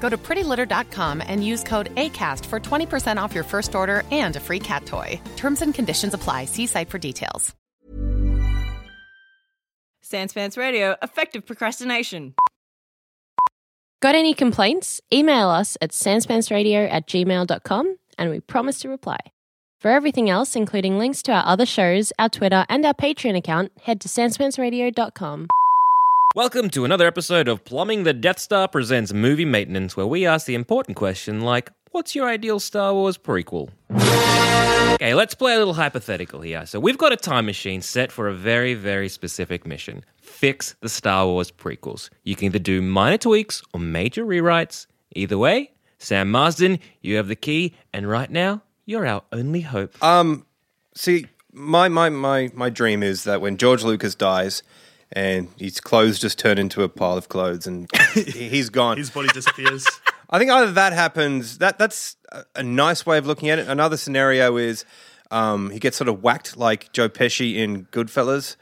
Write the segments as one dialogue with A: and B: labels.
A: Go to prettylitter.com and use code ACAST for 20% off your first order and a free cat toy. Terms and conditions apply. See site for details.
B: Sans Pants Radio, effective procrastination.
C: Got any complaints? Email us at sanspansradio at gmail.com and we promise to reply. For everything else, including links to our other shows, our Twitter, and our Patreon account, head to sanspansradio.com.
D: Welcome to another episode of Plumbing the Death Star presents Movie Maintenance, where we ask the important question like, what's your ideal Star Wars prequel? Okay, let's play a little hypothetical here. So, we've got a time machine set for a very, very specific mission fix the Star Wars prequels. You can either do minor tweaks or major rewrites. Either way, Sam Marsden, you have the key, and right now, you're our only hope.
E: Uh, See, my, my, my, my dream is that when George Lucas dies and his clothes just turn into a pile of clothes and he- he's gone.
F: His body disappears.
E: I think either that happens, that that's a, a nice way of looking at it. Another scenario is um, he gets sort of whacked like Joe Pesci in Goodfellas,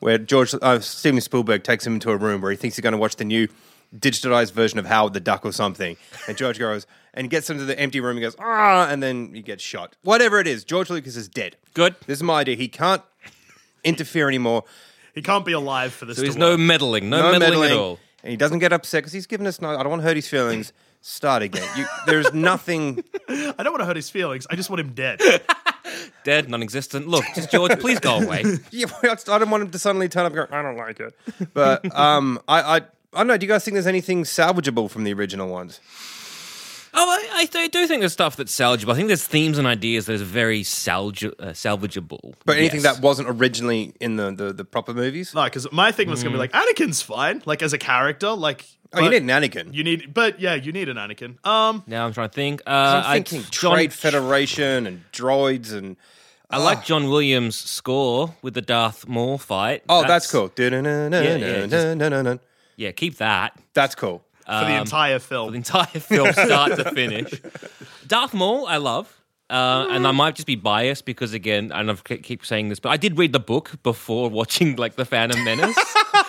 E: where George uh, Steven Spielberg takes him into a room where he thinks he's going to watch the new digitized version of Howard the Duck or something. And George goes and gets into the empty room and goes, ah, and then he gets shot. Whatever it is, George Lucas is dead.
D: Good.
E: This is my idea. He can't interfere anymore.
F: He can't be alive for this.
D: So,
F: to
D: there's no
F: work.
D: meddling, no,
E: No
D: meddling,
E: meddling,
D: at all.
E: And he doesn't get upset because he's given us no. I don't want to hurt his feelings. Start again. You, there's nothing.
F: I don't want to hurt his feelings. I just want him dead.
D: Dead, non existent. Look, just George, please go away.
E: Yeah, I don't want him to suddenly turn up. and go, I don't like it. But um, I, I, I don't know. Do you guys think there's anything salvageable from the original ones?
D: Oh, I, I do- do think there's stuff that's salvageable. I think there's themes and ideas that is very salvage, uh, salvageable.
E: But anything
D: Yes.
E: that wasn't originally in the the, the proper movies?
F: No, because my thing was gonna be like Anakin's fine, like as a character, like.
E: oh, you
F: but
E: need an Anakin.
F: You need, but yeah, you need an Anakin. Um,
D: Now I'm trying to think. Uh,
E: I'm
D: I-
E: thinking
D: John-
E: Trade Ah. Federation and droids and
D: I like John Williams' score with the Darth Maul fight.
E: oh, that's, cool.
D: yeah, just-
E: Du-na-na-na-na-na-na-na.
D: Yeah, keep that.
E: That's cool.
F: for the entire film.
D: Um, The entire film, start to finish. Darth Maul, I love. Uh, and I might just be biased because, again, and I keep saying this, but I did read the book before watching like the Phantom Menace,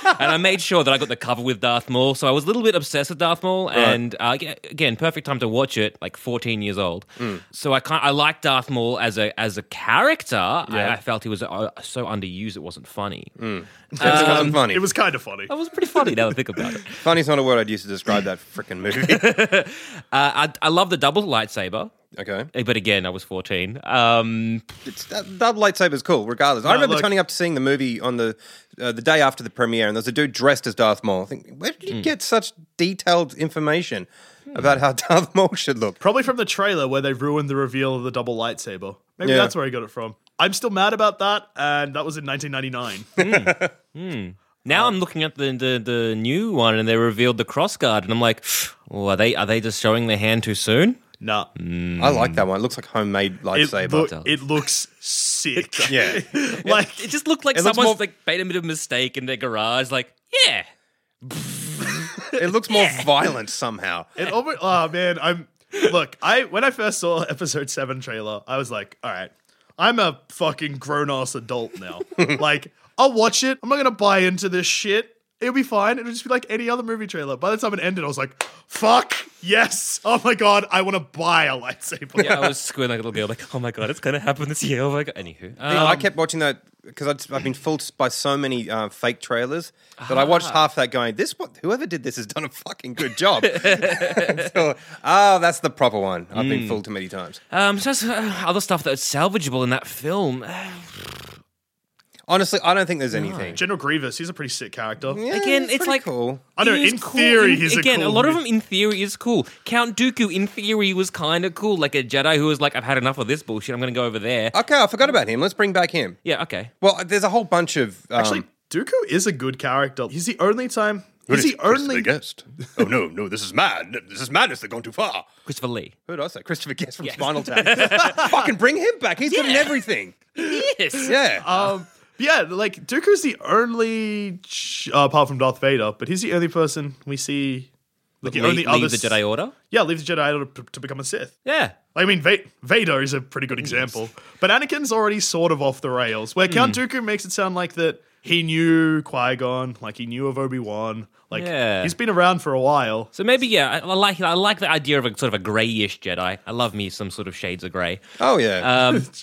D: and I made sure that I got the cover with Darth Maul. So I was a little bit obsessed with Darth Maul, and uh, yeah, again, perfect time to watch it, like 14 years old. So I can't. I like Darth Maul as a as a character. I, I felt he was uh, so underused; it wasn't funny.
E: It wasn't funny.
F: It was kind of funny.
D: That was pretty funny now that I think about it.
E: Funny's not a word I'd use to describe that freaking movie.
D: Uh, I, I love the double lightsaber.
E: okay.
D: Eh, But again, I was 14. Um,
E: It's, that, that lightsaber's cool, regardless. I remember
F: look-
E: turning up to seeing the movie on the uh, the day after the premiere, and there was a dude dressed as Darth Maul. I think, where did you
F: Hmm.
E: get such detailed information about how Darth Maul should look?
F: Probably from the trailer where they ruined the reveal of the double lightsaber. Maybe
E: Yeah.
F: that's where I got it from. I'm still mad about that, and that was in 1999.
D: now I'm looking at the, the the new one, and they revealed the cross guard, and I'm like, oh, are they are they just showing their hand too soon?
F: nah,
E: I like that one. It looks like homemade
F: Hmm. it,
E: lightsaber.
F: loo- it looks sick.
E: yeah,
F: like
D: It just looked like
E: It looks
D: someone's
E: more-
D: like made a bit of mistake in their garage. Like, yeah,
E: it looks more violent somehow.
F: It almost, oh man, I'm look. I when I first saw episode seven trailer, I was like, all right, I'm a fucking grown ass adult now. like, I'll watch it. I'm not gonna buy into this shit. It'll be fine. It'll just be like any other movie trailer. By the time it ended, I was like, fuck yes. Oh my god, I want to buy a lightsaber.
D: yeah. I was squirting like a little girl. Like, oh my god, it's gonna happen this year. Oh my god. Anywho, um,
E: I kept watching that because I'd, I've been fooled by so many uh, fake trailers that I
D: Ah.
E: watched half that going, this one, whoever did this has done a fucking good job. so, oh, that's the proper one. I've
D: Hmm.
E: been fooled too many times.
D: um, so that's, uh, other stuff that's salvageable in that film.
E: Honestly, I don't think there's anything.
F: General Grievous, he's a pretty sick character.
E: Yeah,
D: Again, it's
E: pretty
D: like-
E: cool.
F: I know.
D: He is
F: in
D: cool.
F: theory,
D: In-
F: he's
D: again
F: a, cool
D: lot of
F: dude.
D: them. In theory, is cool. Count Dooku, in theory, was kind of cool, like a Jedi who was like, "I've had enough of this bullshit. I'm going to go over there."
E: Okay, I forgot about him. Let's bring back him.
D: yeah, okay.
E: Well, there's a whole bunch of um,
F: Actually, Dooku is a good character. He's the only time. He's the only.
E: guest. Oh no, no, this is mad. This is madness. They've gone too far.
D: Christopher Lee.
E: Who did I say? Christopher Guest from Spinal Tap. Fucking bring him back. He's good in everything.
D: Yes.
E: Yeah.
F: Um, yeah, like Dooku's the only, ch- uh, apart from Darth Vader, but he's the only person we see. Like the
D: Lee-
F: only
D: leave
F: other
D: the
F: s-
D: Jedi Order.
F: Yeah, leave the Jedi Order p- to become a Sith.
D: Yeah.
F: I mean, Va- Vader is a pretty good example, but Anakin's already sort of off the rails. Where Count
D: Hmm.
F: Dooku makes it sound like that he knew Qui Gon, like he knew of Obi Wan, like
D: Yeah.
F: he's been around for a while.
D: So maybe yeah, I, I like I like the idea of a sort of a grayish Jedi. I love me some sort of shades of grey.
E: oh yeah.
D: Um,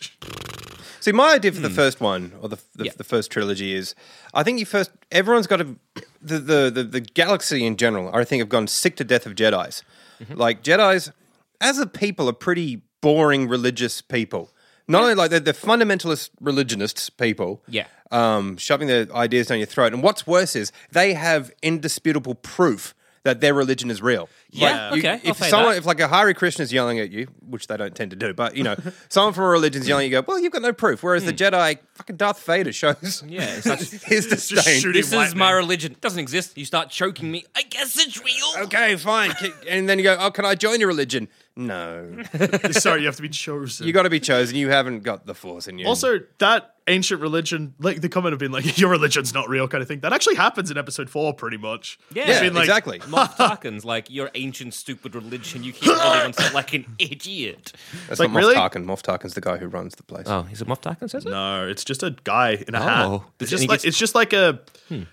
D: Hmm.
E: See, my idea for the first one or the the,
D: Yeah.
E: the first trilogy is, I think you first everyone's got to the the, the the galaxy in general. I think have gone sick to death of Jedi's.
D: Mm-hmm.
E: Like Jedi's, as a people, are pretty boring religious people. Not only like they're, they're fundamentalist religionists people.
D: Yeah.
E: um, shoving their ideas down your throat. And what's worse is they have indisputable proof that their religion is real.
D: Yeah,
E: you-
D: okay, I'll
E: If
D: say
E: someone,
D: that.
E: if like a Hare Krishna is yelling at you, which they don't tend to do, but you know, someone from a religion's yelling, you go, well, you've got no proof. Whereas the Jedi, fucking Darth Vader shows,
D: Yeah, it's like-
E: his disdain.
F: shooting
D: this is my
F: lightning. Uh,
D: religion. It doesn't exist. You start choking me. I guess it's real.
E: Okay, fine. Ki- And then you go, oh, can I join your religion? No,
F: Sorry, you have to be chosen.
E: you got to be chosen. You haven't got the force in you.
F: Also, that ancient religion, like the comment of being like, your religion's not real kind of thing, that actually happens in episode four pretty much.
D: Yeah.
E: yeah,
F: I mean, like,
E: exactly.
D: Moff Tarkin's like your ancient stupid religion. You keep holding on to like an idiot.
E: That's
F: like,
E: not Moff
F: really?
E: Tarkin. Moff Tarkin's the guy who runs the place.
D: Oh, is it Moff Tarkin says it?
F: No, Uh, it's just a guy in a
D: Oh. Hmm.
F: hat.
D: Does
F: It's
D: any
F: just, like,
D: gets-
F: it's just like a,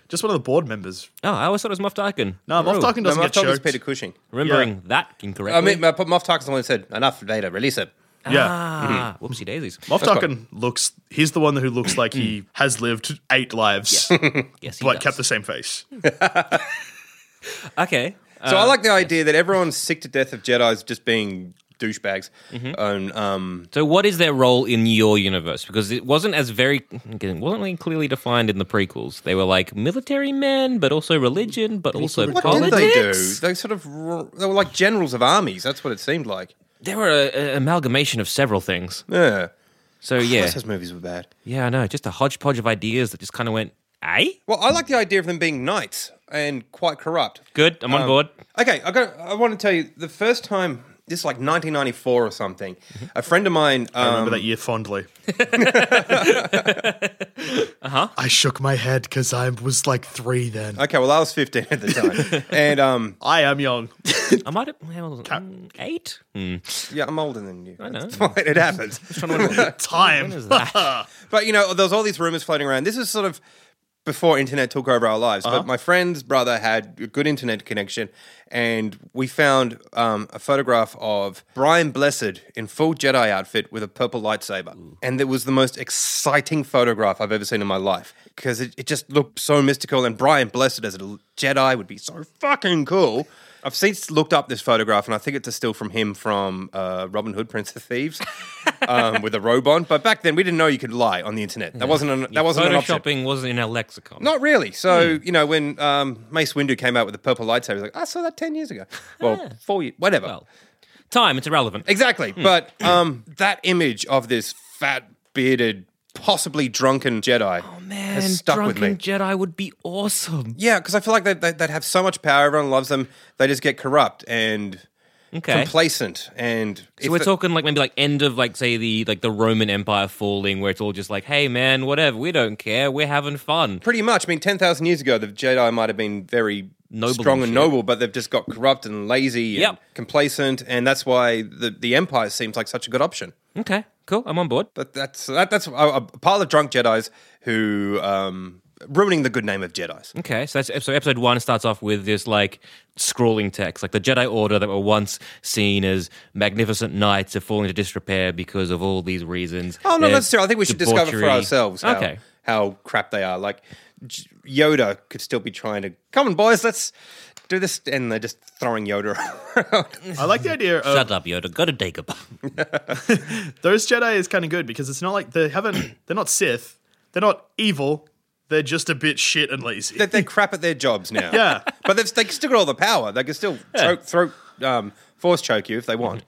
F: just one of the board members.
D: Oh, I always thought it was Moff Tarkin.
F: No, Moff
D: Oh.
F: Tarkin
E: no,
F: doesn't
E: Moff
F: get
E: Tarkin's
F: choked.
E: Peter Cushing.
D: Remembering
F: Yeah.
D: that incorrectly.
E: I mean, Moff Tarkin's the one who said, enough, Vader, release him.
F: yeah.
D: ah, whoopsie daisies.
F: Moff Tarkin looks, he's the one who looks like he has lived eight lives,
D: Hmm. Yes, he
F: but
D: does.
F: kept the same face.
D: Okay. Uh,
E: So I like the idea that everyone's sick to death of Jedi's just being douchebags.
F: Mm-hmm.
E: And um,
D: so, what is their role in your universe? Because it wasn't as very, again, it wasn't really clearly defined in the prequels. They were like military men, but also religion, but also
E: what
D: politics.
E: did they do? They sort of r- they were like generals of armies. That's what it seemed like.
D: They were a- a amalgamation of several things.
E: Yeah,
D: So yeah,
E: Plus those movies were bad.
D: yeah, I know. Just a hodgepodge of ideas that just kind of went, eh?
E: Well, I like the idea of them being knights and quite corrupt.
D: Good, I'm on
E: Um,
D: board.
E: Okay, I got. I want to tell you the first time. This is like 1994 or something. A friend of mine.
F: I
E: Um,
F: remember that year fondly. uh
D: Uh-huh.
F: huh. I shook my head because I was like three then.
E: okay, well, I was 15 at the time, and um,
F: I am young.
D: I might have well, mm, eight. Hmm.
E: yeah, I'm older than you. I
D: know.
E: It happens.
F: Time.
D: What is that?
E: But you know, there's all these rumors floating around. This is sort of before internet took over our lives. But my friend's brother had a good internet connection, and we found um, a photograph of Brian Blessed in full Jedi outfit with a purple lightsaber, and it was the most exciting photograph I've ever seen in my life because it, it just looked so mystical. And Brian Blessed as a l- Jedi would be so fucking cool. I've since looked up this photograph, and I think it's a still from him from uh, Robin Hood, Prince of Thieves, um, with a robe on. But back then, we didn't know you could lie on the internet. That wasn't an, that wasn't an option.
D: Photoshopping wasn't in our lexicon.
E: Not really. So
D: Hmm.
E: you know, when um, Mace Windu came out with the purple lightsaber, he was like I saw that ten years ago. Well, four years, whatever.
D: Ah. Well, Hmm. time. It's irrelevant.
E: exactly. But um, that image of this fat, bearded, possibly drunken Jedi has stuck with
D: Oh, drunken
E: me.
D: Jedi would be awesome.
E: yeah, because I feel like they, they, they'd have so much power. Everyone loves them. They just get corrupt and
D: Okay.
E: complacent. And if
D: so we're
E: the-
D: talking like maybe like end of like say the like the Roman Empire falling, where it's all just like, hey man, whatever, we don't care, we're having fun.
E: pretty much. I mean, ten thousand years ago, the Jedi might have been very
D: Noble
E: strong
D: and
E: and
D: shit.
E: noble, but they've just got corrupt and lazy and
D: Yep.
E: complacent, and that's why the the Empire seems like such a good option.
D: Okay, cool, I'm on board.
E: But that's that, that's a, a pile of drunk Jedi's who um, ruining the good name of Jedi's.
D: Okay, so that's so episode one starts off with this like scrawling text, like the Jedi Order that were once seen as magnificent knights have fallen into disrepair because of all these reasons.
E: Oh, not
D: There's
E: necessarily. I think we should discover for
D: debauchery.
E: ourselves how,
D: okay,
E: how crap they are. Like J- Yoda could still be trying to come on, boys, let's do this, and they're just throwing Yoda around.
F: I like the idea
E: Uh,
F: of
D: shut up, Yoda. Go to Dagobah.
F: those Jedi is kind of good because it's not like they haven't. They're not Sith. They're not evil. They're just a bit shit and lazy.
E: They, they crap at their jobs now.
F: Yeah.
E: but they've, they still got all the power. They can still choke, throat, um, force choke you if they want.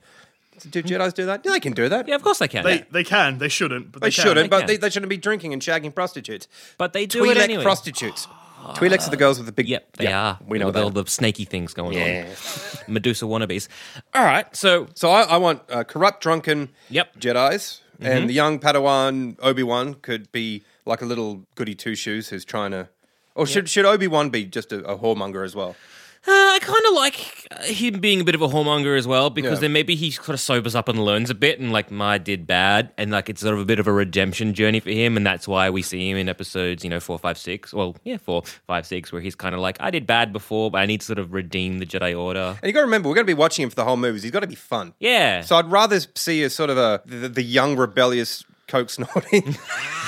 E: Do Jedi's do that? Yeah, they can do that.
D: Yeah, of course they can.
F: They they can. They shouldn't. But
E: They
F: they, can.
E: shouldn't, but
D: can.
E: they, they shouldn't be drinking and shagging prostitutes.
D: But they do it
E: Twi'lek
D: anyway. Ah.
E: prostitutes. Twi'leks are the girls with the big.
D: Yep, they
E: Yeah,
D: are.
E: We know
D: with
E: that.
D: all the snaky things going
E: Yeah.
D: on. Medusa wannabes. All right, so
E: So I, I want uh, corrupt, drunken
D: Yep. Mm-hmm.
E: Jedi's, and the young Padawan Obi Wan could be like a little goody two shoes who's trying to. Or should should Obi Wan be just a, a whoremonger as well?
D: uh, I kind of like uh, him being a bit of a whoremonger as well because
E: Yeah.
D: then maybe he sort of sobers up and learns a bit and like my did bad and like it's sort of a bit of a redemption journey for him and that's why we see him in episodes you know four five six well yeah four five six where he's kind of like I did bad before but I need to sort of redeem the Jedi Order.
E: And you got to remember, we're going to be watching him for the whole movies. He's got to be fun.
D: Yeah.
E: So I'd rather see a sort of a the, the young rebellious coke snorting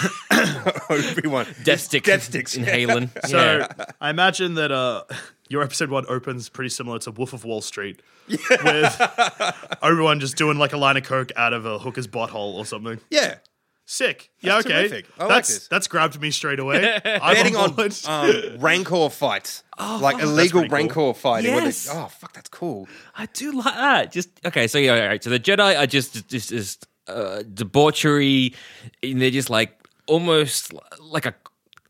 E: Obi Wan.
D: Death sticks,
E: Death sticks.
D: in Halen.
F: So
D: yeah.
F: I imagine that uh, your episode one opens pretty similar to Wolf of Wall Street, with everyone just doing like a line of coke out of a hooker's butthole or something.
E: Yeah.
F: Sick. Yeah.
E: That's
F: okay.
E: terrific. I like
F: that's
E: this.
F: that's grabbed me straight away. I'm
E: Betting
F: on
E: on
F: board.
E: um, Oh, rancor fights, like illegal
F: pretty
E: rancor
F: cool.
E: fighting. where they-
D: Yes.
E: oh fuck, that's cool.
D: I do like that. Just okay. So yeah, all right. So the Jedi are just just just uh, debauchery, and they're just like almost like a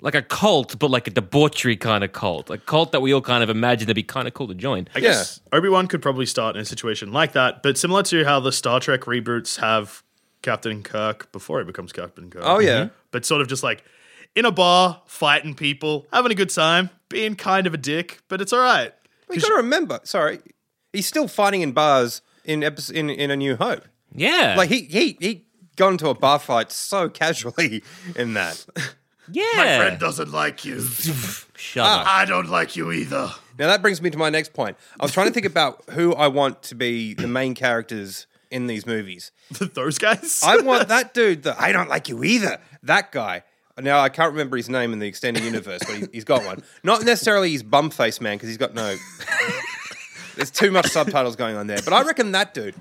D: like a cult, but like a debauchery kind of cult, a cult that we all kind of imagine to be kind of cool to join.
F: I guess Obi Wan could probably start in a situation like that, but similar to how the Star Trek reboots have Captain Kirk before he becomes Captain Kirk. Mm-hmm.
E: Oh, yeah. Mhm.
F: but sort of just like in a bar, fighting people, having a good time, being kind of a dick, but it's all right.
E: We got to remember. Sorry, he's still fighting in bars in episode, in, in A New Hope.
D: Yeah,
E: Like he he he got into a bar fight so casually in that.
D: yeah.
F: doesn't like you.
D: Shut
E: Ah.
D: up.
F: I don't like you either.
E: Now that brings me to my next point. I was trying to think about who I want to be the main characters in these movies.
F: Those guys.
E: I want that dude. The I don't like you either. That guy. Now I can't remember his name in the extended universe, but he's, he's got one. Not necessarily his bum face man because he's got no. There's too much subtitles going on there, but I reckon that dude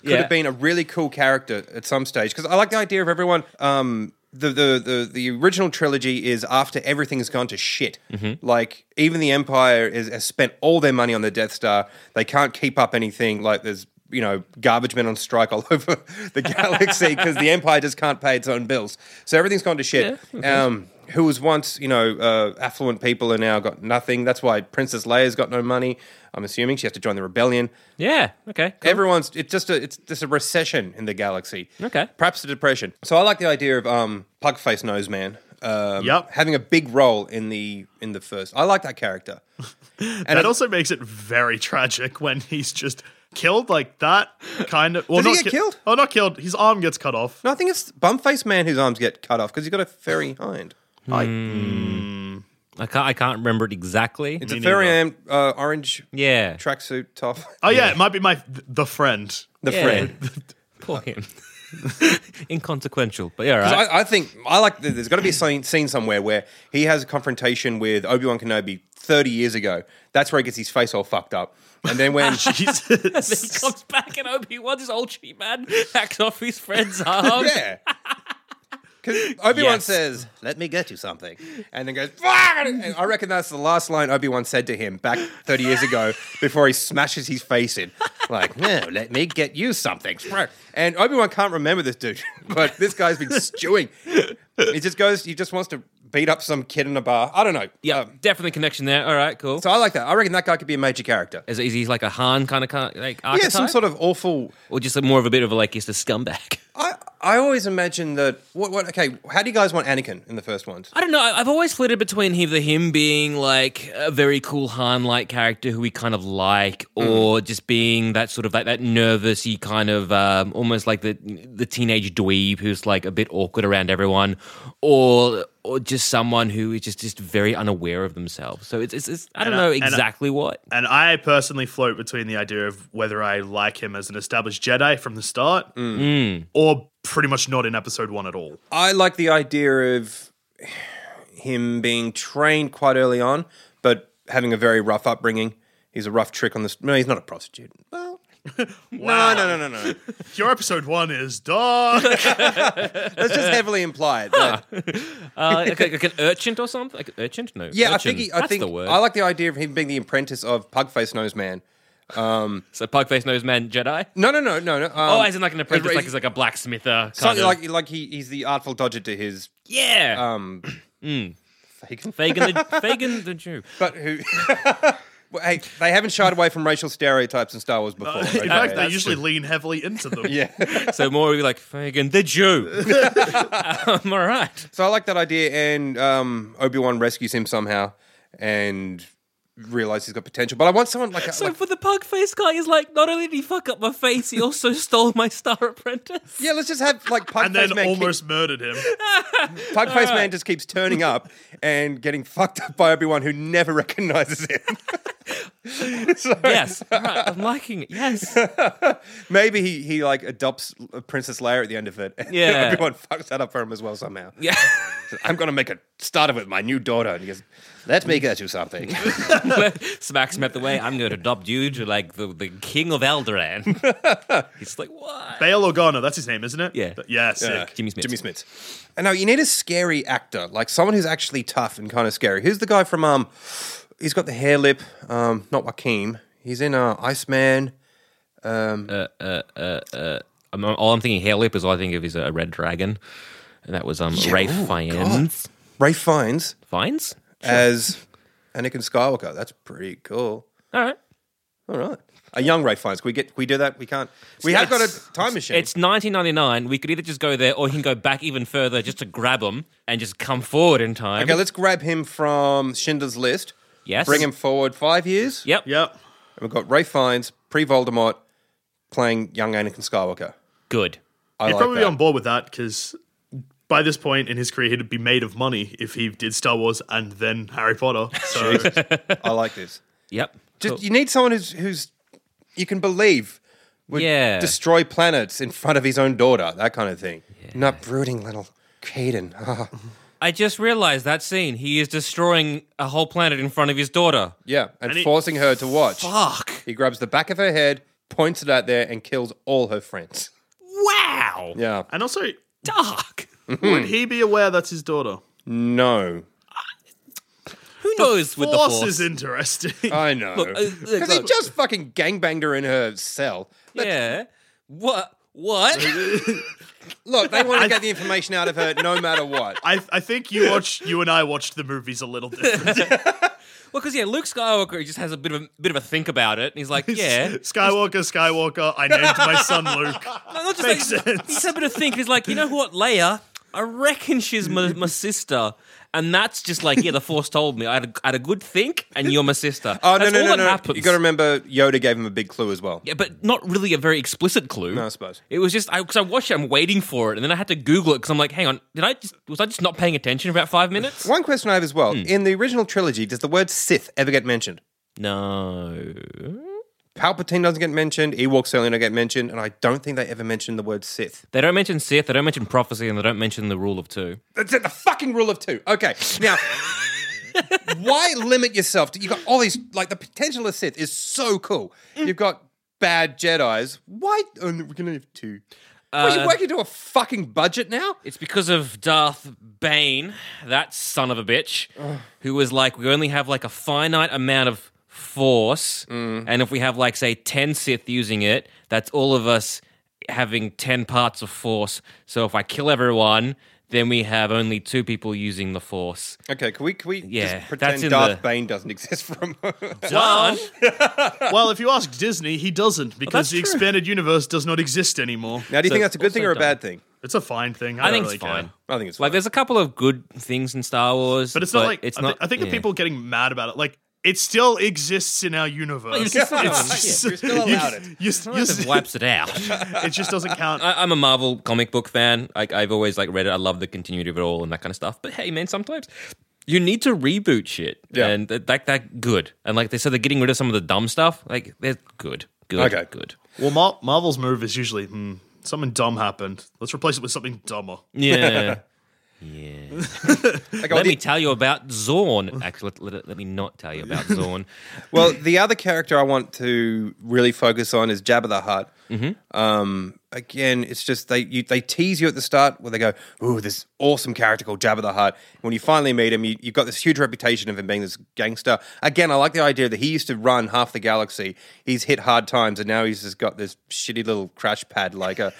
E: could
D: Yeah.
E: have been a really cool character at some stage because I like the idea of everyone. Um, the, the the the original trilogy is after everything's gone to shit. Like even the Empire is, has spent all their money on the Death Star. They can't keep up anything. Like there's you know garbage men on strike all over the galaxy because the Empire just can't pay its own bills. So everything's gone to shit. um, who was once you know uh, affluent people are now got nothing. That's why Princess Leia's got no money. I'm assuming she has to join the rebellion.
D: Yeah. Okay. cool.
E: Everyone's it's just a it's just a recession in the galaxy.
D: Okay.
E: perhaps a depression. So I like the idea of um pug face nose man. Um,
F: Yep.
E: having a big role in the in the first. I like that character.
F: that also makes it very tragic when he's just killed like that kind of well
E: Does he
F: not
E: get
F: ki-
E: killed?
F: oh not killed his arm gets cut off
E: No, I think it's bum face man whose arms get cut off because he's got a furry hind.
D: I can't. I can't remember it exactly.
E: It's a furry hand, uh, orange
D: yeah.
E: tracksuit top.
F: oh yeah, it might be my the friend
E: the
D: yeah.
E: friend.
D: Poor him. Inconsequential, but yeah, all right.
E: 'Cause I, I think I like that there's got to be a scene, scene somewhere where he has a confrontation with Obi Wan Kenobi 30 years ago. That's where he gets his face all fucked up. And then when
D: he
F: jesus
D: comes back and Obi Wan's this old cheap man hacks off his friend's arm.
E: yeah. Because Obi Wan
D: Oh, Yes.
E: says, "Let me get you something," and then goes, "Fuck!" and I reckon that's the last line Obi Wan said to him back thirty years ago before he smashes his face in, like, "No, let me get you something." And Obi Wan can't remember this dude, but this guy's been stewing. He just goes, he just wants to beat up some kid in a bar. I don't know.
D: Yeah,
E: Um,
D: definitely connection there. All right, cool.
E: so I like that. I reckon that guy could be a major character.
D: is, is he like a Han kind of kind like archetype?
E: Yeah, some sort of awful
D: or just more of a bit of a like he's the scumbag.
E: I, I always imagine that. What, what? Okay, how do you guys want Anakin in the first ones?
D: I don't know. I- I've always flitted between either him being like a very cool Han like character who we kind of like, or just being that sort of like that nervousy kind of um, almost like the the teenage dweeb who's like a bit awkward around everyone, or or just someone who is just just very unaware of themselves. So it's it's, it's I don't
F: And I-
D: know
F: and I-
D: exactly what.
F: and i personally float between the idea of whether i like him as an established jedi from the start
E: Mm.
D: Mm.
F: or pretty much not in episode one at all
E: I like the idea of him being trained quite early on, but having a very rough upbringing. He's a rough trick on the. No, he's not a prostitute. Well, No, no, no, no, no.
F: Your episode one is dog.
E: That's just heavily implied. Like,
D: Uh, like, like an urchin or something? Like an urchin? No.
E: yeah, I
D: urchin.
E: think he, I
D: That's
E: think
D: the word.
E: I like the idea of him being the apprentice of Pugface Nose Man.
D: so Pugface Nose Man Jedi?
E: No, no, no, no, no. Um,
D: oh, as in like an apprentice,
E: it's-
D: like he's like a blacksmither. Kind
E: something
D: of.
E: like like he, he's the artful dodger to his
D: yeah.
E: um Fagin.
D: Fagin the Fagin the Jew.
E: But who? Well, hey, they haven't shied away from racial stereotypes in Star Wars before. Oh, okay?
F: In fact, they usually lean heavily into them.
E: yeah.
D: So more would be like Fagin the Jew. um, all right.
E: So I like that idea, and um, Obi Wan rescues him somehow, and realizes he's got potential. But I want someone like, a,
D: So
E: like-
D: for the pug face guy, he's like, not only did he fuck up my face, he also stole my Star Apprentice.
E: yeah, let's just have like Pugface
F: And then
E: Man.
F: almost murdered him.
E: keep, Pugface Man just keeps turning up and getting fucked up by Obi Wan, who never recognizes him. so
D: Yes, all right, I'm liking it. Yes,
E: maybe he, he like adopts Princess Leia at the end of it. And
D: Yeah.
E: Obi Wan fucks that up for him as well somehow.
D: yeah.
E: I'm gonna make a start of it with my new daughter. And he goes, Let me get you something.
D: Smacks him at the way. I'm going to adopt you to like the, the king of Alderaan. he's like, what?
F: Bail Organa, that's his name, isn't it?
D: Yeah.
F: Yeah, sick.
D: Jimmy Smith.
E: Jimmy Smith. And now you need a scary actor, like someone who's actually tough and kind of scary. Who's the guy from um he's got the hair lip, um, not Joaquin. He's in uh Iceman.
D: I'm, all I'm thinking hair lip is all I think of is a red dragon, and that was um Rafe Fiennes.
E: Ray Fiennes
D: Fiennes.
E: as Anakin Skywalker. That's pretty cool.
D: All right.
E: All right. A young Ray Fiennes. Can we get can we do that? We can't. We have got
D: It's-
E: a time machine.
D: It's 1999. We could either just go there, or he can go back even further just to grab him and just come forward in time.
E: okay, let's grab him from Schindler's List.
D: Yes.
E: Bring him forward five years.
D: Yep.
F: Yep.
E: And we've got Ray Fiennes, pre Voldemort, playing young Anakin Skywalker.
D: Good.
E: I
F: He'd
E: like
F: probably
E: that.
F: be on board with that because by this point in his career, he'd be made of money if he did Star Wars and then Harry Potter. So
E: I like this.
D: Yep.
E: Just you need someone who's who's you can believe would
D: Yeah.
E: destroy planets in front of his own daughter, that kind of thing. Not brooding little Caden. Ah.
D: I just realized that scene. He is destroying a whole planet in front of his daughter.
E: yeah, and,
F: And he-
E: forcing her to watch.
D: Fuck.
E: He grabs the back of her head, points it out there, and kills all her friends.
D: Wow.
E: Yeah.
F: and also,
D: Dark.
E: Mm-hmm.
F: would he be aware that's his daughter?
E: No.
D: Who knows with the
F: force
D: force?
F: is interesting.
E: I know.
D: Look, uh, look,
E: Because he
D: look.
E: just fucking gangbanged her in her cell.
D: yeah. What? What?
E: Look, they want to get the information out of her no matter what.
F: I, I think you watch you and I watched the movies a little different.
D: well, because yeah, Luke Skywalker he just has a bit of a bit of a think about it, and he's like, yeah,
F: Skywalker, Skywalker. I named my son Luke.
D: No, not just
F: Makes
D: like,
F: sense.
D: He's having to think. He's like, you know what, Leia? I reckon she's my, my sister. And that's just like, yeah, the Force told me. I had a, I had a good think, and you're my sister.
E: Oh
D: that's
E: no
D: all
E: no no
D: that
E: no!
D: Happens.
E: You got to remember, Yoda gave him a big clue as well.
D: Yeah, but not really a very explicit clue.
E: No, I suppose.
D: It was just because I, watched it. I'm waiting for it, and then I had to Google it because I'm like, hang on, did I just was I just not paying attention for about five minutes?
E: One question I have as well: in the original trilogy, does the word Sith ever get mentioned?
D: No.
E: Palpatine doesn't get mentioned. Ewoks certainly don't get mentioned, and I don't think they ever mentioned the word Sith.
D: They don't mention Sith. They don't mention prophecy, and they don't mention the rule of two.
E: That's it. The fucking rule of two. Okay, now. Why limit yourself? To, you got all these like the potential of Sith is so cool. You've got bad Jedi's. Why? Oh, no, we're gonna have two. Are you working to a fucking budget now?
D: It's because of Darth Bane, that son of a bitch, who was like, we only have like a finite amount of force, and if we have like say ten Sith using it, that's all of us having ten parts of force. So if I kill everyone, then we have only two people using the force.
E: Okay, can we can we
D: Yeah,
E: just
D: that's
E: pretend
D: in
E: Darth
D: the-
E: Bane doesn't exist for a moment?
D: Done.
F: Well, if you ask Disney, he doesn't because the
D: Oh, true.
F: expanded universe does not exist anymore.
E: Now, do you
D: So
E: think that's a good
D: also
E: thing or a
D: dumb.
E: bad thing?
F: It's a fine thing. I,
D: I
F: don't
D: think
F: really
D: it's fine.
F: Care.
E: I think it's
D: Like,
E: fine.
D: there's a couple of good things in Star Wars,
F: But it's not like
D: it's
F: I, thi-
D: not.
F: I think
D: yeah.
F: the people getting mad about it. Like it still exists in our universe.
D: it's fine.
F: just-
E: You're still allowed it.
F: you- you-
D: Kind of wipes it out.
F: it just doesn't count.
D: I, I'm a Marvel comic book fan. Like I've always like read it. I love the continuity of it all and that kind of stuff. But hey, man, sometimes you need to reboot shit.
E: Yeah.
D: and th- like that good. And like they said, they're getting rid of some of the dumb stuff. Like they're good, good,
E: Okay.
D: good.
F: well, Mar- Marvel's move is usually hmm, something dumb happened. Let's replace it with something dumber.
D: Yeah. Yeah.
E: Like, I
D: let
E: did-
D: me tell you about Zorn. Actually, let, let- let me not tell you about Zorn.
E: Well, the other character I want to really focus on is Jabba the Hutt.
D: Mm-hmm.
E: Um, again, it's just they you, they tease you at the start where they go, "Ooh, this awesome character called Jabba the Hutt." When you finally meet him, you, you've got this huge reputation of him being this gangster. Again, I like the idea that he used to run half the galaxy. He's hit hard times, and now he's just got this shitty little crash pad like a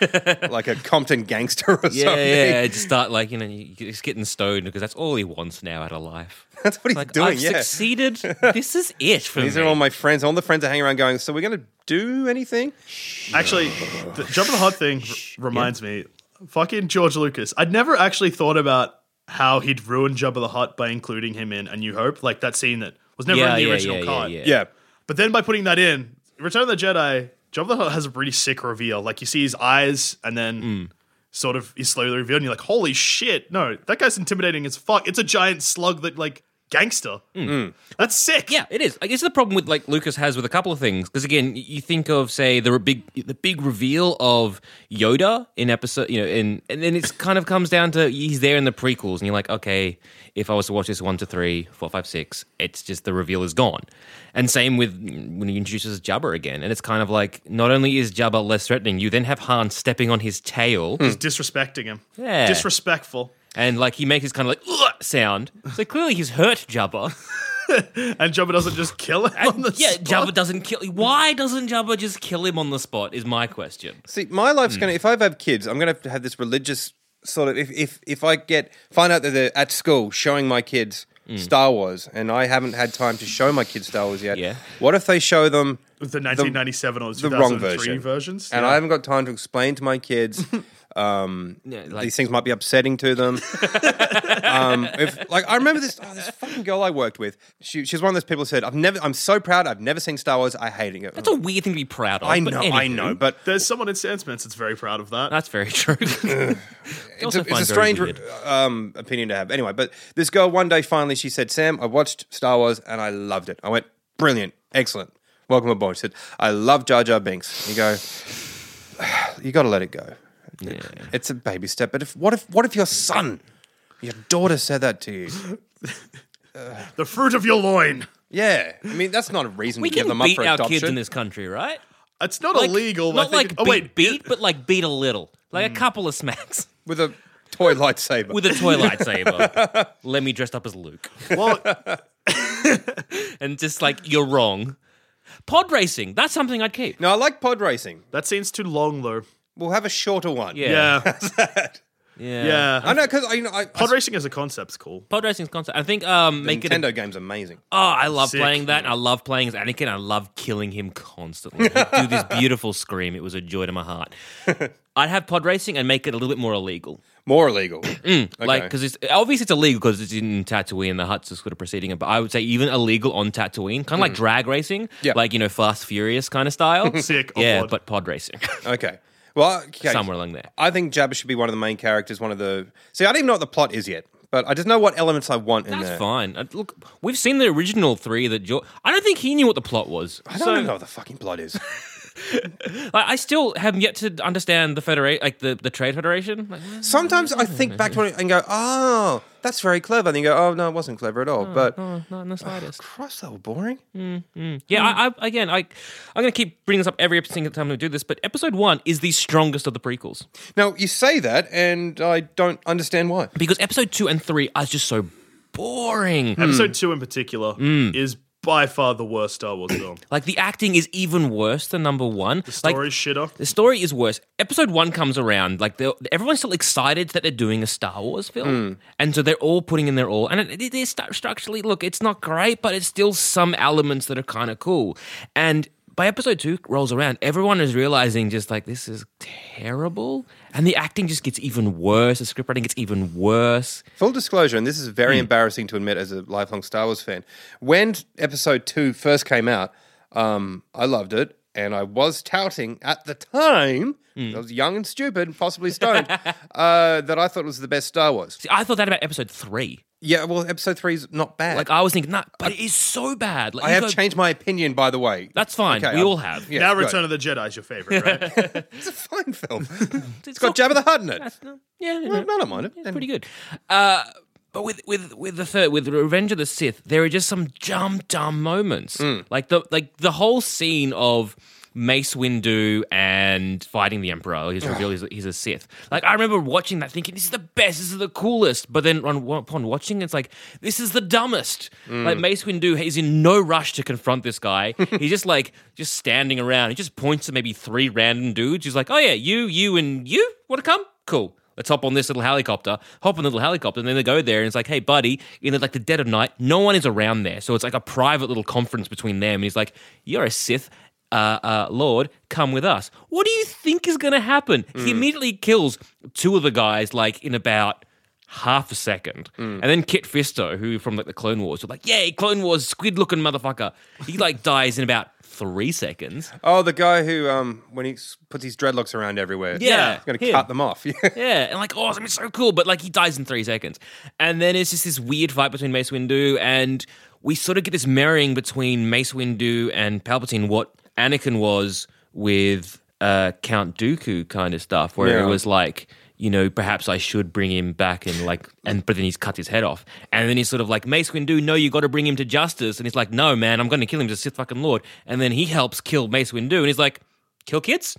E: like a Compton gangster or
D: Yeah,
E: something.
D: yeah. Just start like you know, you- he's getting stoned because that's all he wants now out of life.
E: That's what he's
D: Like
E: doing.
D: I've
E: yeah.
D: succeeded. This is it for
E: These
D: me.
E: are all my friends. All the friends I hang around going, so we're going to do anything?
F: Actually, the jump in the hot thing r- reminds me. Fucking George Lucas. I'd never actually thought about how he'd ruin Jabba the Hutt by including him in A New Hope, like that scene that was never
D: yeah,
F: in the
D: yeah,
F: original
D: yeah,
F: card.
D: Yeah, yeah.
E: Yeah.
F: But then by putting that in, Return of the Jedi, Jabba the Hutt has a pretty sick reveal. Like you see his eyes, and then
D: Hmm.
F: sort of is slowly revealed, and you're like, "Holy shit! No, that guy's intimidating as fuck. It's a giant slug that like gangster. That's sick.
D: Hmm. Yeah, it is. I guess the problem with like Lucas has with a couple of things because again, y- you think of say the re- big the big reveal of Yoda in episode, you know, in and then it's kind of comes down to he's there in the prequels, and you're like, okay, if I was to watch this one to three, four, five, six, it's just the reveal is gone. And same with mm, when he introduces Jabba again, and it's kind of like not only is Jabba less threatening, you then have Han stepping on his tail,
F: He's disrespecting him.
D: Yeah.
F: Disrespectful.
D: and like he makes his kind of like "Ugh," sound. So clearly he's hurt Jabba.
F: And Jabba doesn't just kill him. on the
D: yeah,
F: spot.
D: Jabba doesn't kill. Why doesn't Jabba just kill him on the spot? Is my question.
E: See, my
D: Hmm.
E: life's gonna. If I have kids, I'm gonna have to have this religious sort of. If if if I get find out that they're at school showing my kids
D: Hmm.
E: Star Wars, and I haven't had time to show my kids Star Wars yet.
D: Yeah.
E: What if they show them
F: the 1997 or
E: the wrong
F: 2003
E: version
F: versions.
E: And
F: Yeah.
E: I haven't got time to explain to my kids.
D: Yeah, like,
E: These things might be upsetting to them. um, if, like I remember this oh, this fucking girl I worked with. She she's one of those people who said, "I've never. I'm so proud. I've never seen Star Wars. I hate it."
D: that's a weird thing to be proud of.
E: I
D: but
E: know. I
D: anywho.
E: know. But
F: There's someone in Sandspence that's very proud of that.
D: That's very true.
E: it's a, it's a strange um, opinion to have. Anyway, but this girl one day finally she said, "Sam, I watched Star Wars and I loved it. I went brilliant, excellent. Welcome aboard." She said, "I love Jar Jar Binks." You go, you got to let it go. It's a baby step. But if what if what if your son, your daughter said that to you?
F: the fruit of your loin.
E: Yeah, I mean that's not a reason
D: We
E: to give
D: can
E: them up
D: beat
E: for
D: our
E: adoption.
D: kids in this country, right?
F: It's not
D: Like,
F: illegal. I
D: Not
F: think
D: like
F: it-
D: beat,
F: oh wait,
D: beat, but like beat a little, like a
E: Mm.
D: couple of smacks
E: with a toy lightsaber.
D: with a toy lightsaber. Let me dressed up as Luke,
F: well,
D: and just like you're wrong. Pod racing. That's something I'd keep.
E: no, I like pod racing.
F: that seems too long though.
E: We'll have a shorter one.
D: Yeah.
F: Yeah,
D: Yeah.
F: yeah.
E: I know because you know I,
F: Pod
E: I,
F: racing as a concept's cool.
D: Pod racing's concept. I think um, make it a
E: Nintendo game's amazing.
D: Oh, I love
F: Sick.
D: playing that. And I love playing as Anakin. I love killing him constantly. He'd do this beautiful scream. It was a joy to my heart. I'd have pod racing and make it a little bit more illegal.
E: More illegal.
D: Like, because it's obviously it's illegal because it's in Tatooine and the huts is sort of preceding it. But I would say even illegal on Tatooine, kind of like drag racing,
E: Yeah.
D: like, you know, Fast Furious kind of style.
F: Sick. on
D: yeah,
F: board.
D: but pod racing.
E: Okay. Well, okay.
D: Somewhere along there.
E: I think Jabba should be one of the main characters. One of the see, I don't even know what the plot is yet, but I just know what elements I want in
D: That's
E: there.
D: fine. Uh, Look, we've seen the original three that jo- I don't think he knew what the plot was.
E: I don't even know what the fucking plot is.
D: Like, I still have yet to understand the federation, like the, the Trade Federation. Like,
E: Sometimes I think back to it and go, "Oh, that's very clever." Then you go, "Oh no, it wasn't clever at all." but
D: not in the slightest.
E: Christ, that was boring.
D: Yeah, I, I again, I, I'm going to keep bringing this up every single time we do this, but episode one is the strongest of the prequels
E: Now you say that, and I don't understand why.
D: because episode two and three are just so boring.
E: Hmm.
F: episode two in particular is by far the worst Star Wars film.
D: Like the acting is even worse than number one. The
F: Story shitter.
D: the story is worse. Episode one comes around, like they're- everyone's still excited that they're doing a Star Wars
E: Hmm.
D: film, and so they're all putting in their all. And it, it is stru- structurally, look, it's not great, but it's still some elements that are kind of cool. And by episode two rolls around, everyone is realizing just like this is terrible, and the acting just gets even worse. The scriptwriting gets even worse.
E: Full disclosure, and this is
D: Hmm.
E: very embarrassing to admit as a lifelong Star Wars fan. When episode two first came out, um, I loved it, and I was touting at the time,
D: Hmm.
E: I was young and stupid, and possibly stoned, uh, that I thought it was the best Star Wars.
D: See, I thought that about episode three.
E: Yeah, well, episode three is not bad.
D: Like I was thinking, nah, but it is so bad. Like,
E: I
D: you
E: have
D: go-
E: changed my opinion, by the way.
D: That's fine.
E: Okay,
D: we
E: I'm-
D: all have.
E: Yeah,
F: now
E: good.
F: Return of the Jedi is your favorite, right?
E: It's a fine film. it's got Jabba the Hutt in it.
D: Yeah, you
E: No,
D: know,
E: I don't mind it.
D: it's pretty good. Uh, but with with with the third, with Revenge of the Sith, there are just some dumb dumb moments. Like the like the whole scene of. Mace Windu and fighting the Emperor. He's revealed he's, he's a Sith. Like I remember watching that, thinking this is the best, this is the coolest. But then on, upon watching, it's like this is the dumbest. Like Mace Windu is in no rush to confront this guy. he's just like just standing around. He just points to maybe three random dudes. He's like, "Oh yeah, you, you, and you want to come? Cool. Let's hop on this little helicopter. Hop on the little helicopter, and then they go there, and it's like, "Hey, buddy," in like the dead of night. No one is around there, so it's like a private little conference between them. And he's like, "You're a Sith." Uh, uh, Lord, come with us. What do you think is going to happen? He immediately kills two of the guys, like in about half a second. And then Kit Fisto, who from like the Clone Wars, was like, yay, Clone Wars, squid looking motherfucker. He like dies in about three seconds.
E: Oh, the guy who, um, when he s- puts his dreadlocks around everywhere,
D: Yeah,
E: he's going to
D: him.
E: cut them off. Yeah.
D: Yeah, and like, oh, it's so cool, but like he dies in three seconds. And then it's just this weird fight between Mace Windu, and we sort of get this marrying between Mace Windu and Palpatine, what Anakin was with uh, Count Dooku kind of stuff, where
E: Yeah.
D: it was like, you know, perhaps I should bring him back and like, and but then he's cut his head off. And then he's sort of like, Mace Windu, no, you got to bring him to justice. And he's like, no, man, I'm going to kill him to Sith fucking Lord. And then he helps kill Mace Windu, and he's like, kill kids?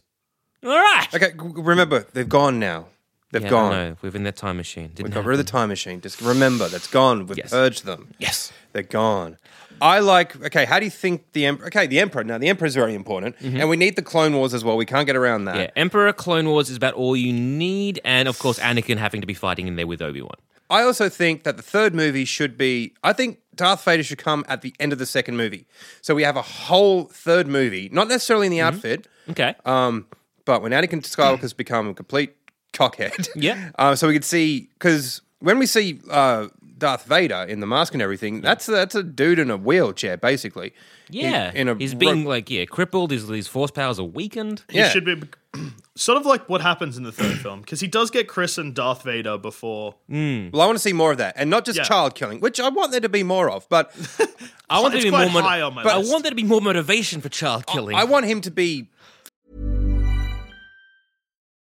D: All right.
E: Okay, g- g- remember, they've gone now. They've
D: Yeah, I
E: gone.
D: know. We're in that time machine. Didn't
E: We've got rid of the time machine. Just remember, that's gone. We've
D: Yes.
E: purged them.
D: Yes.
E: They're gone. I like, okay, how do you think the Emperor? Okay, the Emperor. Now, the Emperor's very important. And we need the Clone Wars as well. We can't get around that.
D: Mm-hmm. Yeah, Emperor Clone Wars is about all you need, and of course, Anakin having to be fighting in there with Obi Wan.
E: I also think that the third movie should be. I think Darth Vader should come at the end of the second movie. So we have a whole third movie, not necessarily in
D: Mm-hmm.
E: the outfit,
D: Okay,
E: um, but when Anakin Skywalker's become a complete cockhead.
D: Yeah.
E: Uh, so we could see because when we see uh, Darth Vader in the mask and everything, that's that's a dude in a wheelchair basically.
D: yeah,
E: In, in a
D: he's
E: ro-
D: being like yeah crippled. His, his force powers are weakened.
E: yeah.
F: It should be sort of like what happens in the third film because he does get Chris and Darth Vader before.
E: Well, I want to see more of that, and not just
F: Yeah.
E: child killing, which I want there to be more of, but.
D: I want there
F: It's
D: to be more.
F: quite high on my
D: but I
F: list.
D: want there to be more motivation for child killing.
E: I want him to be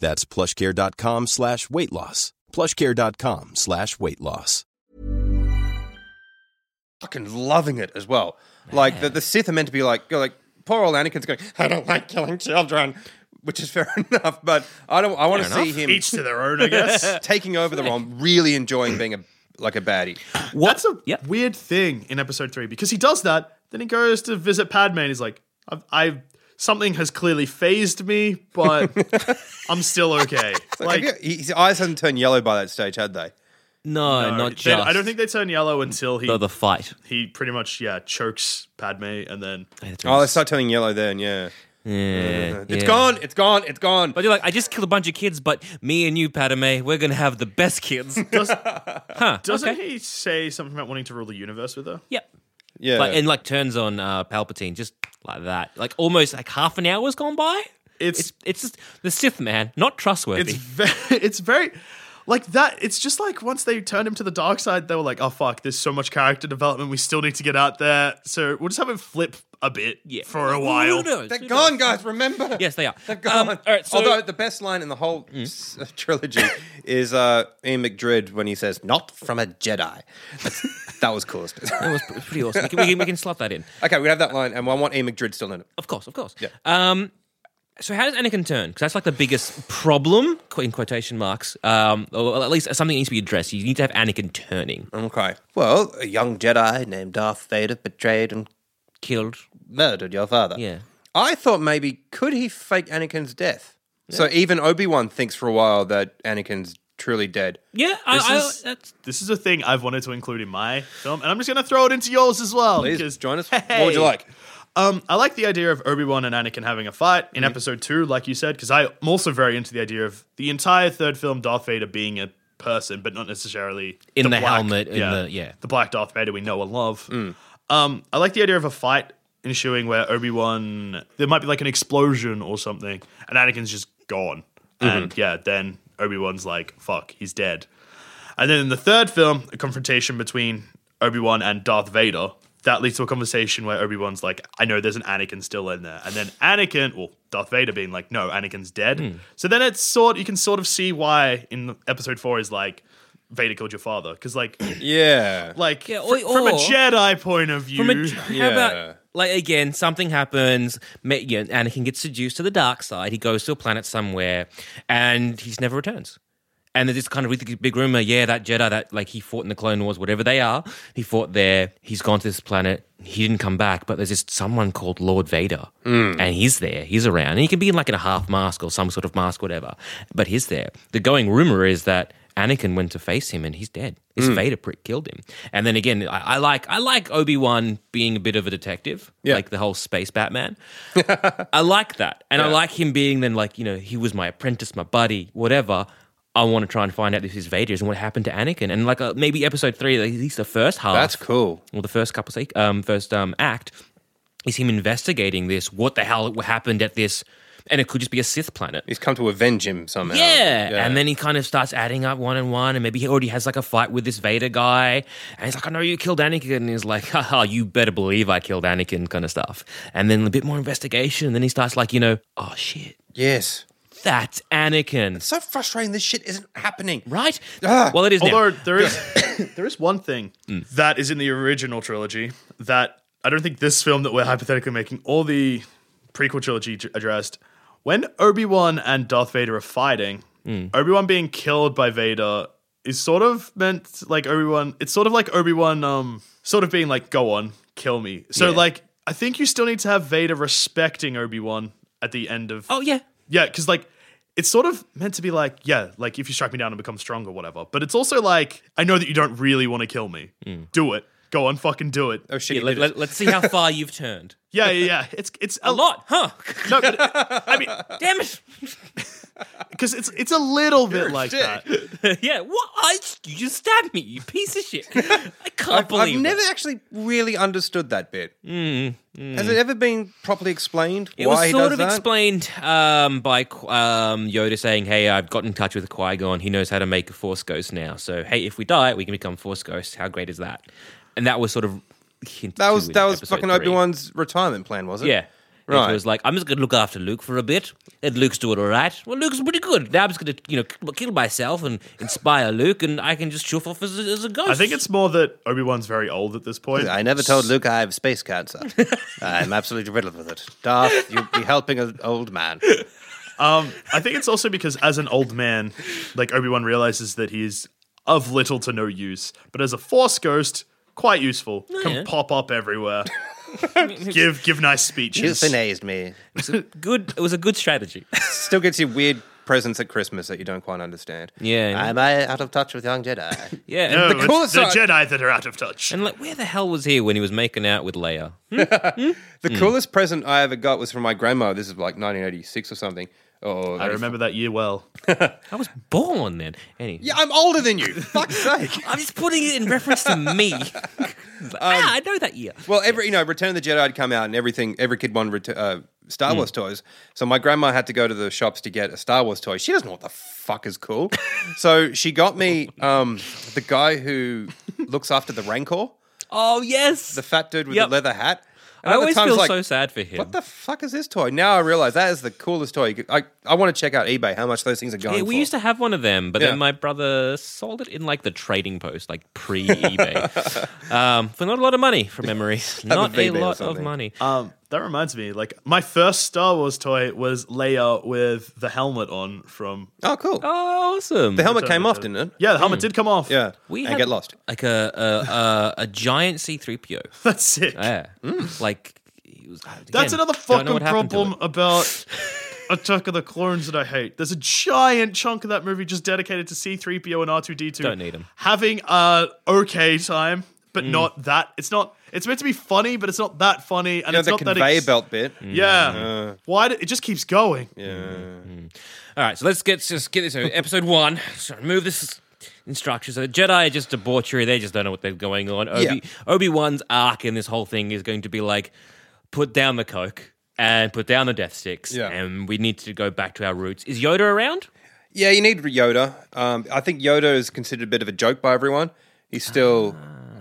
G: That's plushcare.com slash weight loss. plushcare.com slash weight loss.
E: fucking loving it as well. Like the, the Sith are meant to be like, you're like poor old Anakin's going, I don't like killing children, which is fair enough. But I don't. I want to
D: Fair
E: see him
F: Each to their own, I guess.
E: taking over the role, and really enjoying being a like a baddie.
F: What's a
D: Yeah.
F: weird thing in episode three because he does that, then he goes to visit Padme and he's like, I've, I've something has clearly phased me, but I'm still okay.
E: Like,
F: Like,
E: he- his eyes hadn't turned yellow by that stage, had they?
D: no,
F: no,
D: not
F: they-
D: just.
F: I don't think they turn yellow until he
D: the, the fight.
F: he pretty much yeah chokes Padme and then
E: Oh, they start turning yellow then. Yeah,
D: Yeah,
E: it's
D: yeah.
E: gone. It's gone. It's gone.
D: But you're like, I just killed a bunch of kids, but me and you, Padme, we're gonna have the best kids.
F: does,
D: Huh?
F: doesn't
D: okay.
F: he say something about wanting to rule the universe with her?
D: Yep.
E: Yeah.
D: Like, and like turns on uh, Palpatine just like that. Like almost like half an hour's gone by. It's it's, just the Sith man, not trustworthy.
F: It's very, it's very like that. It's just like once they turned him to the dark side, they were like, "Oh fuck, there's so much character development. We still need to get out there." So we'll just have him flip a bit for a while.
E: They're gone, guys. Remember?
D: Yes, they are. Um,
E: They're gone.
D: all right, so- Mm.
E: Although the best line in the whole s- uh, trilogy is uh, Ian McDred when he says, "Not from a Jedi." That's, that was coolest. that
D: was pretty awesome. We can, we can, we can slot that in.
E: Okay, we have that line, and I want Ian McDred still in it.
D: Of course, of course. Yeah. Um, so how does Anakin turn? Because that's like the biggest problem qu- in quotation marks. Um, or at least something that needs to be addressed. You need to have Anakin turning.
E: Okay. Well, a young Jedi named Darth Vader betrayed and
D: killed,
E: murdered your father.
D: Yeah.
E: I thought maybe could he fake Anakin's death? So even Obi Wan thinks for a while that Anakin's truly dead.
D: Yeah,
F: This
D: I,
F: is-
D: I, that's,
F: This is a thing I've wanted to include in my film, and I'm just going to throw it into yours as well.
E: Please,
F: because-
E: join us. What would you like?
F: Um, I like the idea of Obi Wan and Anakin having a fight
D: Mm-hmm.
F: in episode two, like you said, because I'm also very into the idea of the entire third film Darth Vader being a person, but not necessarily
D: In the
F: black-
D: helmet, in the- yeah. Mm.
F: the black Darth Vader we know and love. Um, I like the idea of a fight ensuing where Obi Wan there might be like an explosion or something, and Anakin's just gone,
D: Mm-hmm.
F: and yeah, then Obi Wan's like, "Fuck, he's dead." And then in the third film, a confrontation between Obi Wan and Darth Vader. That leads to a conversation where Obi Wan's like, I know there's an Anakin still in there. And then Anakin, well, Darth Vader being like, no, Anakin's dead. So then it's sort, you can sort of see why in episode four is like, Vader killed your father. Because, like,
E: Yeah.
F: like
D: Yeah,
F: fr-
D: or-
F: from a
D: or-
F: Jedi point of view,
D: From a, how about like again, something happens. Ma- yeah, Anakin gets seduced to the dark side. He goes to a planet somewhere, and he's never returns. And there's this kind of really big rumor. Yeah, that Jedi that like he fought in the Clone Wars, whatever they are, he fought there. He's gone to this planet. He didn't come back. But there's this someone called Lord Vader, and he's there. He's around, and he can be in like in a half mask or some sort of mask, whatever. But he's there. The going rumor is that Anakin went to face him and he's dead. His Vader prick killed him. And then again, I, I like I like Obi Wan being a bit of a detective, like the whole space Batman. I like that, and I like him being then like you know he was my apprentice, my buddy, whatever. I want to try and find out if his Vader is and what happened to Anakin, and like uh, maybe episode three, like, at least the first half.
E: That's cool.
D: Or the first couple, sec- um, first um act is him investigating this. What the hell happened at this? And it could just be a Sith planet.
E: He's come to avenge him somehow.
D: Yeah. And then he kind of starts adding up one and one, and maybe he already has like a fight with this Vader guy. And he's like, I know you killed Anakin. And he's like, haha, you better believe I killed Anakin, kind of stuff. And then a bit more investigation. And then he starts like, you know, oh shit,
E: yes.
D: that's Anakin.
E: So frustrating. This shit isn't happening.
D: Right?
E: Ah.
D: Well, it is
F: Although
D: now. Mm.
F: there is there is one thing that is in the original trilogy that I don't think this film that we're hypothetically making or the prequel trilogy j- addressed. When Obi Wan and Darth Vader are fighting,
D: Mm.
F: Obi Wan being killed by Vader is sort of meant like Obi Wan. It's sort of like Obi Wan, um, sort of being like, "Go on, kill me." So like, I think you still need to have Vader respecting Obi Wan at the end of
D: Oh, yeah.
F: yeah, because like it's sort of meant to be like, yeah, like if you strike me down and become strong or whatever. But it's also like, I know that you don't really want to kill me.
D: Mm.
F: Do it. Go on, fucking do it.
E: Oh shit.
D: Yeah,
E: you
D: let,
E: did
D: let,
E: it.
D: let's see how far you've turned.
F: Yeah, yeah, yeah. It's it's
E: Oh.
D: A lot, huh?
F: No, I mean,
D: Damn it.
F: because it's it's a little bit like that.
D: yeah, what? I, you just stabbed me, you piece of shit. I can't
E: I've, I've
D: believe
E: never
D: it. Mm,
E: actually really understood that bit. Has it ever been properly explained
D: It
E: why
D: was sort
E: he does
D: of
E: that?
D: explained um, by Qu- um, Yoda saying, "Hey, I've got in touch with Qui Gon. He knows how to make a Force ghost now. So, hey, if we die, we can become Force ghosts. How great is that?" And that was sort of hinted
E: that
D: to
E: was
D: in
E: that was
D: episode
E: fucking
D: three.
E: Obi Wan's retirement plan, was it?
D: Yeah,
E: Right.
D: It was like, "I'm just going to look after Luke for a bit. Let Luke's do it all right. Well, Luke's pretty good. Now I'm just going to you know k- kill myself and inspire Luke, and I can just chuff off as a, as a ghost."
F: I think it's more that Obi Wan's very old at this point.
E: I never told Luke I have space cancer. I'm absolutely riddled with it. Darth, you'll be helping an old man.
F: Um, I think it's also because as an old man, like Obi Wan realizes that he's of little to no use, but as a Force ghost, quite useful. Can
D: Oh, yeah.
F: pop up everywhere. give give nice speeches.
E: Euthanized me.
D: good. It was a good strategy.
E: Still gets you weird presents at Christmas that you don't quite understand.
D: Yeah.
E: Am I out of touch with young Jedi?
D: yeah, and-
F: No,
E: The
F: Oh, it's
E: coolest
F: the
E: side-
F: Jedi that are out of touch.
D: and like, where the hell was he when he was making out with Leia? Hmm.
E: The coolest present I ever got was from my grandma. This is like 1986 or something. Oh,
F: I remember that year well.
D: I was born then. Anyway.
E: Yeah, I'm older than you. Fuck's sake.
D: I'm just putting it in reference to me. ah, I know that year.
E: Um, Well, every you know, Return of the Jedi had come out, and everything, every kid wanted ret- uh, Star
D: Hmm.
E: Wars toys. So my grandma had to go to the shops to get a Star Wars toy. She doesn't know what the fuck is cool, so she got me um, the guy who looks after the Rancor,
D: Oh yes.
E: the fat dude with
D: Yep.
E: the leather hat. And
D: I
E: at the
D: always
E: time, I was
D: feel
E: like,
D: so sad for him.
E: What the fuck is this toy? Now I realize that is the coolest toy. You could- I, I want to check out eBay how much those things are going
D: yeah, we
E: for.
D: used to have one of them, but
E: Yeah.
D: then my brother sold it in like the trading post, like pre eBay, um, for not a lot of money, from memory. not a
E: VB or
D: lot of
E: something.
D: money.
F: Um, that reminds me, like my first Star Wars toy was Leia with the helmet on from.
E: oh, cool.
D: Oh, awesome!
E: the helmet came off, didn't it?
F: Yeah, the
D: Mm.
F: helmet did come off.
E: Yeah.
D: We
E: and
D: had-
E: get lost.
D: like a a, a, a giant C three PO.
F: that's sick.
D: Yeah,
E: Mm.
D: like he was.
F: That's
D: again,
F: another
D: don't know
F: fucking
D: what happened to
F: problem
D: it.
F: about Attack of the Clones that I hate. There's a giant chunk of that movie just dedicated to C3PO and R2D2.
D: Don't need Mm. 'em.
F: Having a okay time, but not that. It's not. It's meant to be funny, but it's not that funny, and
E: You know,
F: it's
E: the
F: not that.
E: conveyor
F: ex-
E: belt bit.
F: Yeah.
D: Mm.
F: Why? Do, it just keeps going.
D: All right, so let's get just get this over. episode one. So move this instruction. So the Jedi are just debauchery. They just don't know what they're going on. Obi
E: Yeah.
D: Obi Wan's arc in this whole thing is going to be like put down the coke and put down the death sticks,
E: Yeah.
D: and we need to go back to our roots. Is Yoda around?
E: Yeah, you need Yoda. Um, I think Yoda is considered a bit of a joke by everyone. He's still,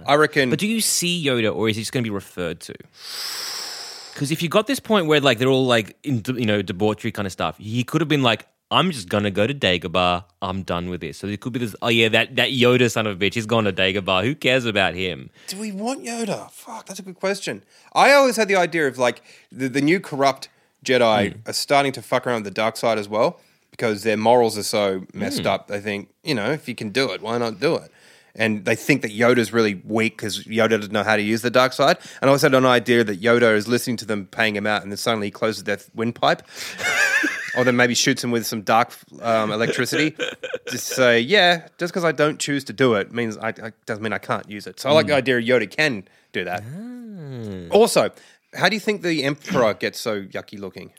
F: Ah.
E: I reckon.
D: But do you see Yoda, or is he just going to be referred to? Because if you got this point where like they're all like in, you know debauchery kind of stuff, he could have been like, "I'm just gonna go to Dagobah. I'm done with this." So there could be this. Oh yeah, that that Yoda son of a bitch. He's gone to Dagobah. Who cares about him?
E: do we want Yoda? Fuck, that's a good question. I always had the idea of like the, the new corrupt Jedi are starting to fuck around with the dark side as well because their morals are so messed up. They think, you know, if you can do it, why not do it? And they think that Yoda's really weak because Yoda doesn't know how to use the dark side. And I also had an idea that Yoda is listening to them paying him out and then suddenly he closes their windpipe. or then maybe shoots him with some dark um, electricity. just say, yeah, just because I don't choose to do it means I, I doesn't mean I can't use it. So I like the
D: Hmm.
E: idea Yoda can do that.
D: Ah.
E: Also, how do you think the Emperor gets so yucky looking?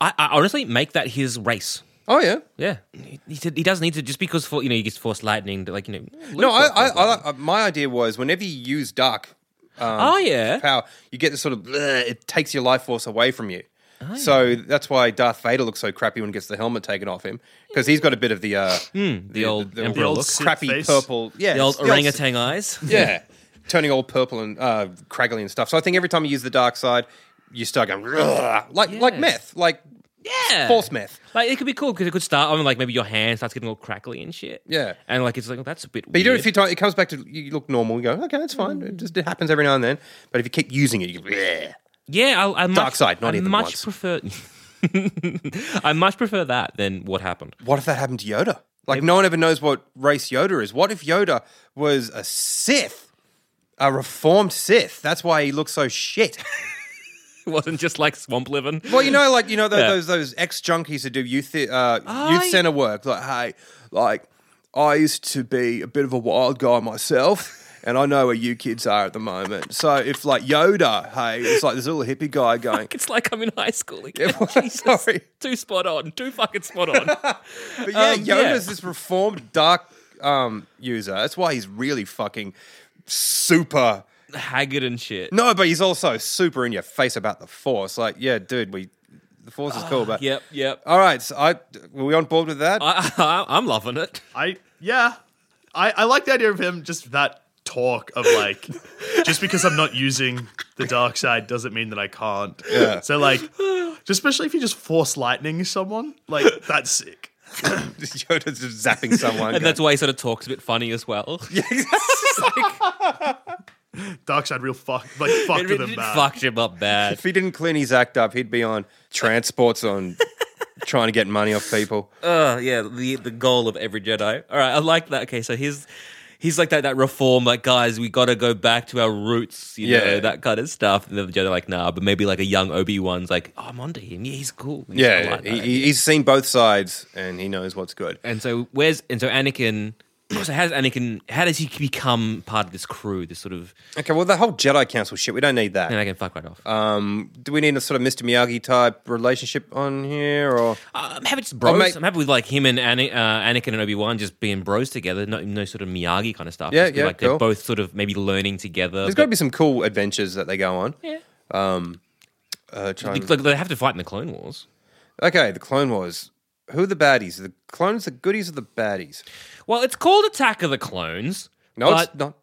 D: I, I honestly make that his race.
E: Oh yeah,
D: Yeah, he, he said he doesn't need to just because for you know he gets force lightning. Like you know,
E: no, I, I, I, I, my idea was whenever you use dark Um,
D: oh yeah,
E: power, you get this sort of bleh, it takes your life force away from you.
D: Oh,
E: So that's why Darth Vader looks so crappy when he gets the helmet taken off him because he's got a bit of the uh, the,
D: Hmm, old Emperor
F: The old look. Sith
E: crappy
F: face.
E: purple, yeah,
D: the old
E: it's
D: orangutan eyes.
E: Yeah. Turning all purple and uh, craggly and stuff. So I think every time you use the dark side, you start going "Grrr," like like
D: Yes.
E: meth, like
D: Yeah.
E: false meth.
D: Like it could be cool because it could start on like maybe your hand starts getting all crackly and shit.
E: Yeah.
D: and like it's like oh, that's a bit.
E: But you do it a
D: weird.
E: few times. It comes back to you look normal. You go, okay, that's fine. It just it happens every now and then. But if you keep using it, you go, "Bleh."
D: Yeah, I, I much,
E: Dark side, not
D: I
E: even
D: much
E: once.
D: prefer. I much prefer that than what happened.
E: what if that happened to Yoda? Like no one ever knows what race Yoda is. What if Yoda was a Sith, a reformed Sith? That's why he looks so shit.
D: It wasn't just like swamp living.
E: Well, you know, like you know those
D: Yeah.
E: those, those ex junkies that do youth uh, youth center work. Like, hey, like I used to be a bit of a wild guy myself, and I know where you kids are at the moment. So if like Yoda, hey, it's like this little hippie guy going.
D: It's like I'm in high school again.
E: well,
D: Jesus.
E: sorry.
D: Too spot on. Too fucking spot on.
E: But yeah,
D: Um,
E: Yoda's
D: yeah.
E: this reformed dark um, user. That's why he's really fucking super.
D: Haggard and shit.
E: No, but he's also super in your face about the force. Like, yeah, dude, we the force is cool, but
D: Yep, yep.
E: All right, so I were we on board with that?
D: Ah,
E: Uh,
D: I, I, I'm loving it.
F: I yeah, I I like the idea of him just that talk of like, just because I'm not using the dark side doesn't mean that I can't. Yeah. So like, just especially if you just force lightning someone, like that's sick.
E: Yoda's just zapping someone.
D: And that's why he sort of talks a bit funny as well. Yeah,
F: Dark side real fuck like fucked
D: it,
F: them
D: it
F: bad.
D: fucked him up bad.
E: If he didn't clean his act up, he'd be on transports on trying to get money off people.
D: Uh, yeah, the the goal of every Jedi. All right, I like that. Okay, so he's he's like that that reform, like guys, we got to go back to our roots, you know,
E: Yeah.
D: that kind of stuff. And the Jedi like, nah, but maybe like a young Obi Wan's like, oh, I'm onto him. Yeah, he's cool. He's- I
E: Yeah,
D: like that.
E: he, he's seen both sides and he knows what's good.
D: and so where's and so Anakin so how does Anakin? How does he become part of this crew? This sort of
E: Okay, well, the whole Jedi Council shit, we don't need that.
D: and I can fuck right off.
E: Um, do we need a sort of Mr. Miyagi type relationship on here, or
D: Uh, I'm happy just bros. I'm happy with like him and Ana- uh, Anakin and Obi Wan just being bros together. No, no sort of Miyagi kind of stuff.
E: Yeah,
D: Just be
E: yeah,
D: Like they're
E: cool.
D: both sort of maybe learning together.
E: There's got to be some cool adventures that they go on.
D: Yeah.
E: Um, uh,
D: but-
E: trying-
D: like they have to fight in the Clone Wars.
E: okay, the Clone Wars. Who are the baddies? The clones, the goodies, or the baddies?
D: Well, it's called Attack of the Clones.
E: No,
D: but-
E: it's not.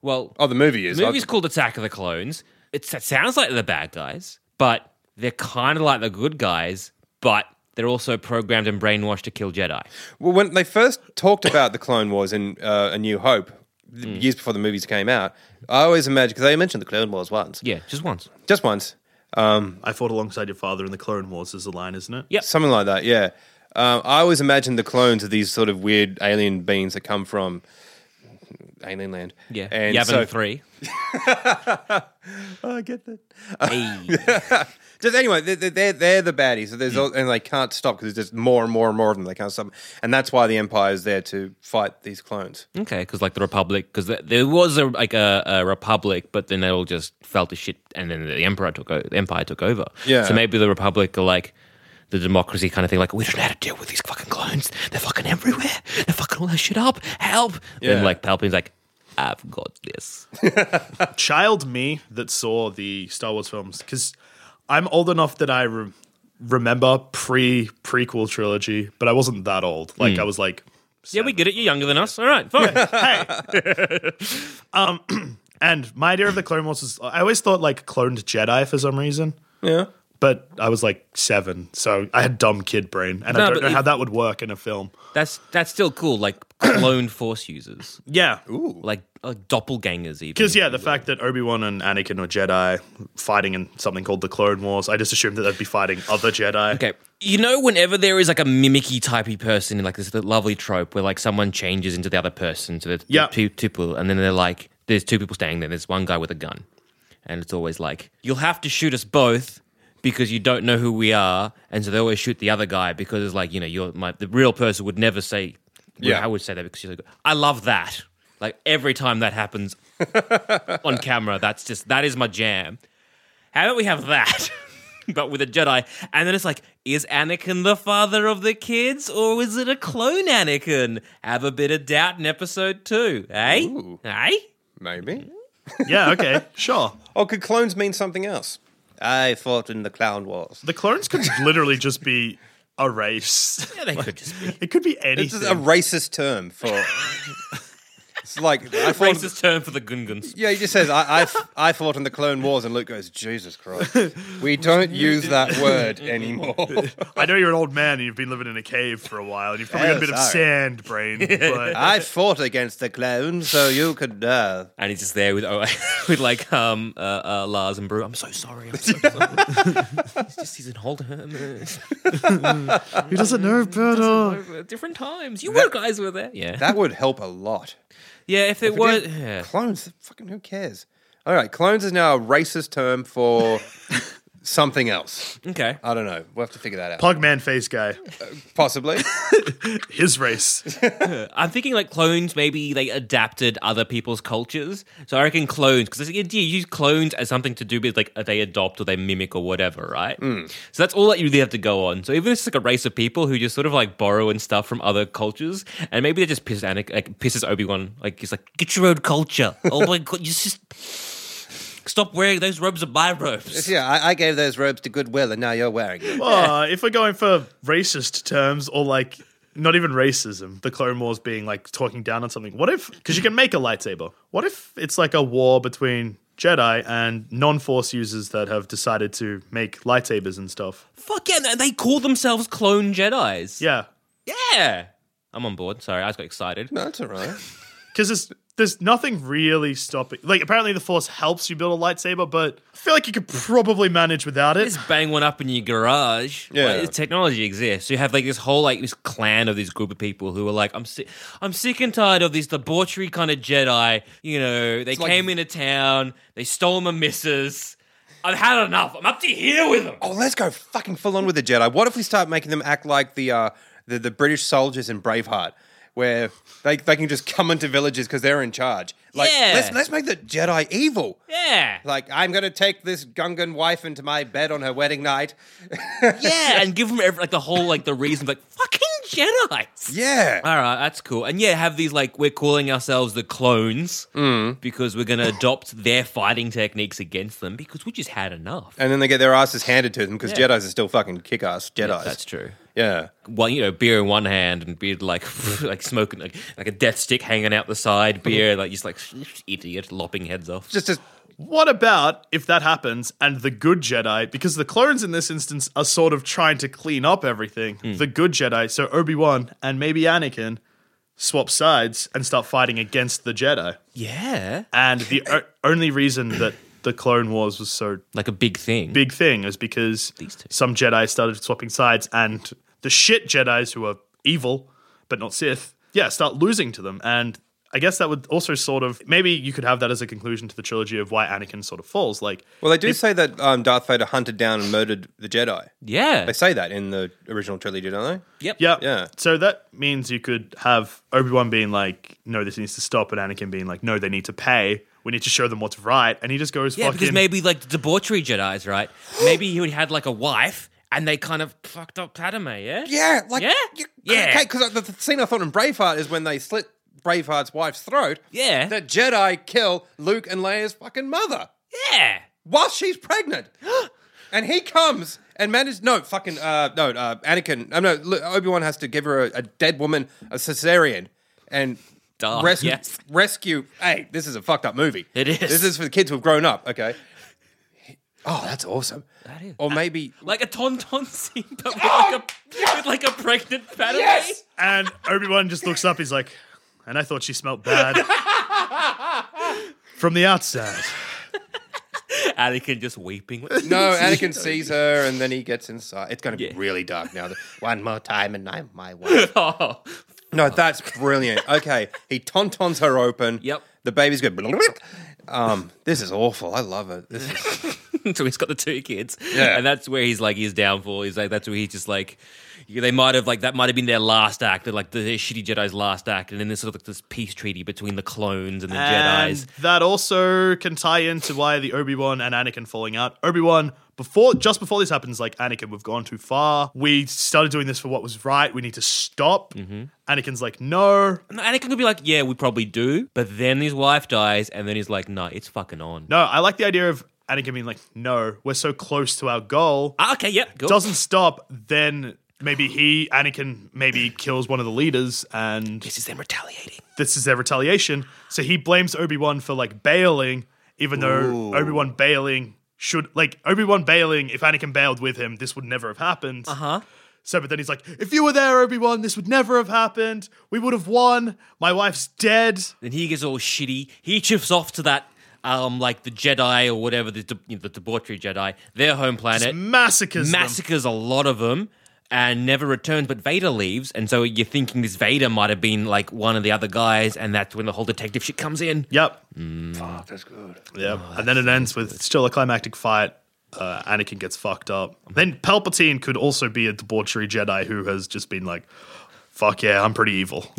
D: Well,
E: Oh, the movie is.
D: the movie's
E: I-
D: called Attack of the Clones. It's, it sounds like they're the bad guys, but they're kind of like the good guys, but they're also programmed and brainwashed to kill Jedi.
E: Well, when they first talked about the Clone Wars in uh, A New Hope, th- years before the movies came out, I always imagine because they mentioned the Clone Wars once,
D: Yeah, just once.
E: just once, um,
F: I fought alongside your father in the Clone Wars is the line, isn't it?
D: Yep.
E: something like that. Yeah, um, I always imagine the clones are these sort of weird alien beings that come from alien land.
D: Yeah,
E: and
D: Yavin
E: so-
D: three.
E: I get that.
D: Hey.
E: Just anyway, they're, they're, they're the baddies, so there's all, and they can't stop because there's just more and more and more of them. They can't stop, and that's why the Empire is there to fight these clones.
D: Okay, because like the Republic, because there, there was a like a, a Republic, but then they all just fell to shit, and then the Emperor took o- the Empire took over.
E: Yeah.
D: So maybe the Republic are like the democracy kind of thing. Like we don't know how to deal with these fucking clones. They're fucking everywhere. They're fucking all that shit up. Help!
E: Yeah.
D: And like Palpatine's like, I've got this.
F: child me that saw the Star Wars films because I'm old enough that I re- remember pre prequel trilogy, but I wasn't that old.
D: Hmm.
F: Like I was like,
D: yeah, we get it. You're younger than us. All right, fine.
F: and my idea of the Clone Wars was I always thought like cloned Jedi for some reason.
E: Yeah,
F: But I was like seven, so I had dumb kid brain, and
D: No,
F: I
D: but
F: don't know
D: if-
F: how that would work in a film.
D: that's that's still cool. Like clone Force users,
F: Yeah,
D: like like doppelgangers, even.
F: because yeah, the fact that Obi Wan and Anakin were Jedi fighting in something called the Clone Wars, I just assumed that they'd be fighting other Jedi.
D: Okay. You know, whenever there is like a mimicky typey person, like this lovely trope where like someone changes into the other person, so there's
F: Yeah.
D: two, two people, and then they're like, there's two people standing there, there's one guy with a gun. And it's always like, you'll have to shoot us both because you don't know who we are. And so they always shoot the other guy because it's like, you know, you're my, the real person would never say,
E: Yeah.
D: I would say that because you're like, I love that. Like every time that happens on camera, that's just, that is my jam. How about we have that? but with a Jedi. And then it's like, is Anakin the father of the kids or is it a clone Anakin? Have a bit of doubt in episode two, eh? Eh?
E: maybe.
F: Yeah, okay, sure.
E: Oh, could clones mean something else? I fought in the Clown Wars.
F: The clones could literally just be a race.
D: Yeah, they could just be.
F: It could be
E: This
F: anything.
E: is a racist term for. it's like I fought.
D: Racist term for the Gungans.
E: Yeah, he just says I, I f- I fought in the Clone Wars, and Luke goes, "Jesus Christ, we don't use that word anymore."
F: I know you're an old man and you've been living in a cave for a while and you've probably got a bit of
E: Sorry.
F: sand brain. But
E: I fought against the clones, so you could. Uh,
D: And he's just there with oh, with like um uh, uh, Lars and Brew. I'm so sorry. I'm so sorry. he's just he's in hold him.
F: he doesn't know
D: uh,
F: uh, better.
D: Different times. You were guys were there. Yeah.
E: that would help a lot.
D: yeah, if it
E: Forget
D: was yeah.
E: Clones, fucking who cares? All right, clones is now a racist term for something else.
D: Okay.
E: I don't know. We'll have to figure that out.
F: Pugman face guy.
E: Possibly.
F: His race.
D: I'm thinking like clones. Maybe they adapted other people's cultures. So I reckon clones, because yeah, you use clones as something to do with like uh, they adopt or they mimic or whatever, right? So that's all that you really have to go on. So even if it's like a race of people who just sort of like borrow and stuff from other cultures, and maybe they just piss Anakin, like pisses Obi Wan, like he's like, get your own culture. oh my god, you just stop wearing those robes are my robes.
E: yeah, I, I gave those robes to Goodwill, and now you're wearing them.
F: Oh, if we're going for racist terms or like not even racism, the Clone Wars being like talking down on something. What if, because you can make a lightsaber, what if it's like a war between Jedi and non Force users that have decided to make lightsabers and stuff?
D: Fuck yeah, and they call themselves clone Jedi's.
F: Yeah.
D: Yeah. I'm on board. Sorry, I just got excited.
E: No, that's all right.
F: because there's there's nothing really stopping. Like apparently the force helps you build a lightsaber, but I feel like you could probably manage without it.
D: just bang one up in your garage.
E: Yeah.
D: Like, the technology exists. You have like this whole like this clan of this group of people who are like, I'm sick, I'm sick and tired of these debauchery kind of Jedi. You know, they
E: like-
D: came into town, they stole my missus. I've had enough. I'm up to here with them.
E: Oh, let's go fucking full on with the Jedi. What if we start making them act like the uh, the, the British soldiers in Braveheart? where they, they can just come into villages because they're in charge. Like,
D: Yeah.
E: let's, let's make the Jedi evil.
D: Yeah.
E: Like, I'm going to take this Gungan wife into my bed on her wedding night.
D: yeah, and give them every, like the whole like the reason like fucking Jedi's.
E: Yeah.
D: All right, that's cool. And yeah, have these like we're calling ourselves the clones
E: Mm.
D: because we're going to adopt their fighting techniques against them because we just had enough.
E: And then they get their asses handed to them because
D: Yeah.
E: Jedi's are still fucking kick ass Jedi's.
D: that's true.
E: Yeah.
D: Well, you know, beer in one hand and beer like like smoking like, like a death stick hanging out the side, beer like just like idiot lopping heads off.
E: Just as
F: What about if that happens and the good Jedi, because the clones in this instance are sort of trying to clean up everything, the good Jedi, so Obi Wan and maybe Anakin, swap sides and start fighting against the Jedi.
D: yeah,
F: And the o- only reason that the Clone Wars was so
D: like a big thing.
F: big thing is because some Jedi started swapping sides, and the shit Jedi's who are evil but not Sith, yeah, start losing to them. And I guess that would also sort of maybe you could have that as a conclusion to the trilogy of why Anakin sort of falls. Like,
E: Well, they do say that um, Darth Vader hunted down and murdered the Jedi.
D: Yeah.
E: They say that in the original trilogy, don't they?
D: Yep.
F: yeah,
E: Yeah.
F: So that means you could have Obi Wan being like, "No, this needs to stop," and Anakin being like, "No, they need to pay. We need to show them what's right." And he just goes,
D: Yeah,
F: "Fucking
D: because maybe like the debauchery Jedi's, right? Maybe he would had like a wife and they kind of fucked up Padme, yeah?
E: Yeah. Like,
D: Yeah? Yeah.
E: Okay, because the, the scene I thought in Braveheart is when they slit Braveheart's wife's throat.
D: Yeah.
E: The Jedi kill Luke and Leia's fucking mother
D: Yeah.
E: while she's pregnant. and he comes and manages. No, fucking. Uh, no, uh, Anakin. Uh, no, Obi Wan has to give her a, a dead woman a cesarean and.
D: Duh,
E: res-
D: yes.
E: Rescue. Hey, this is a fucked up movie.
D: Oh, It is.
E: This is for the kids who've grown up, okay? Oh, that's awesome. That is.
D: Uh,
E: Or maybe.
D: Like a tauntaun scene, but with, like, a, with like a pregnant Padme.
E: Yes!
F: And Obi Wan just looks up. He's like, and I thought she smelled bad from the outside.
D: Anakin just weeping. What-
E: No, Anakin sees her and then he gets inside. It's going to be really dark now. One more time and I'm my wife.
D: oh,
E: No, that's brilliant. Okay, he tauntauns her open.
D: Yep.
E: The baby's going. blub, blub, blub. Um, this is awful. I love it. This is,
D: so he's got the two kids.
E: Yeah.
D: And that's where he's like his downfall. He's like that's where he's just like yeah, they might have like that might have been their last act, like the shitty Jedi's last act, and then there's sort of like this peace treaty between the clones and the
F: Um, And
D: Jedi's.
F: that also can tie into why the Obi Wan and Anakin falling out. Obi Wan, before just before this happens, like Anakin, we've gone too far. We started doing this for what was right. We need to stop.
D: Mm-hmm.
F: Anakin's like, no,
D: And Anakin could be like, yeah, we probably do, but then his wife dies, and then he's like, nah, it's fucking on.
F: no. I like the idea of Anakin being like, no, we're so close to our goal.
D: Ah, Okay, yep, cool.
F: Doesn't stop. Then maybe he, Anakin, maybe kills one of the leaders and
D: this is them retaliating.
F: this is their retaliation. So he blames Obi Wan for like bailing, even though Obi Wan bailing should like Obi Wan bailing. If Anakin bailed with him, this would never have happened. Uh huh. So, but then he's like, "If you were there, Obi Wan, this would never have happened. We would have won. My wife's dead."
D: Then he gets all shitty. He chips off to that, um, like the Jedi or whatever the de- you know, the debauchery Jedi, their home planet,
F: Massacres. them.
D: massacres a lot of them, and never returns. But Vader leaves, and so you're thinking this Vader might have been like one of the other guys, and that's when the whole detective shit comes in.
F: Yep.
E: Oh,
F: that's good. Yep. and then it ends with still a climactic fight. Uh, Anakin gets fucked up.
E: Mm-hmm.
F: Then Palpatine could also be a debauchery Jedi who has just been like, "Fuck yeah, I'm pretty evil."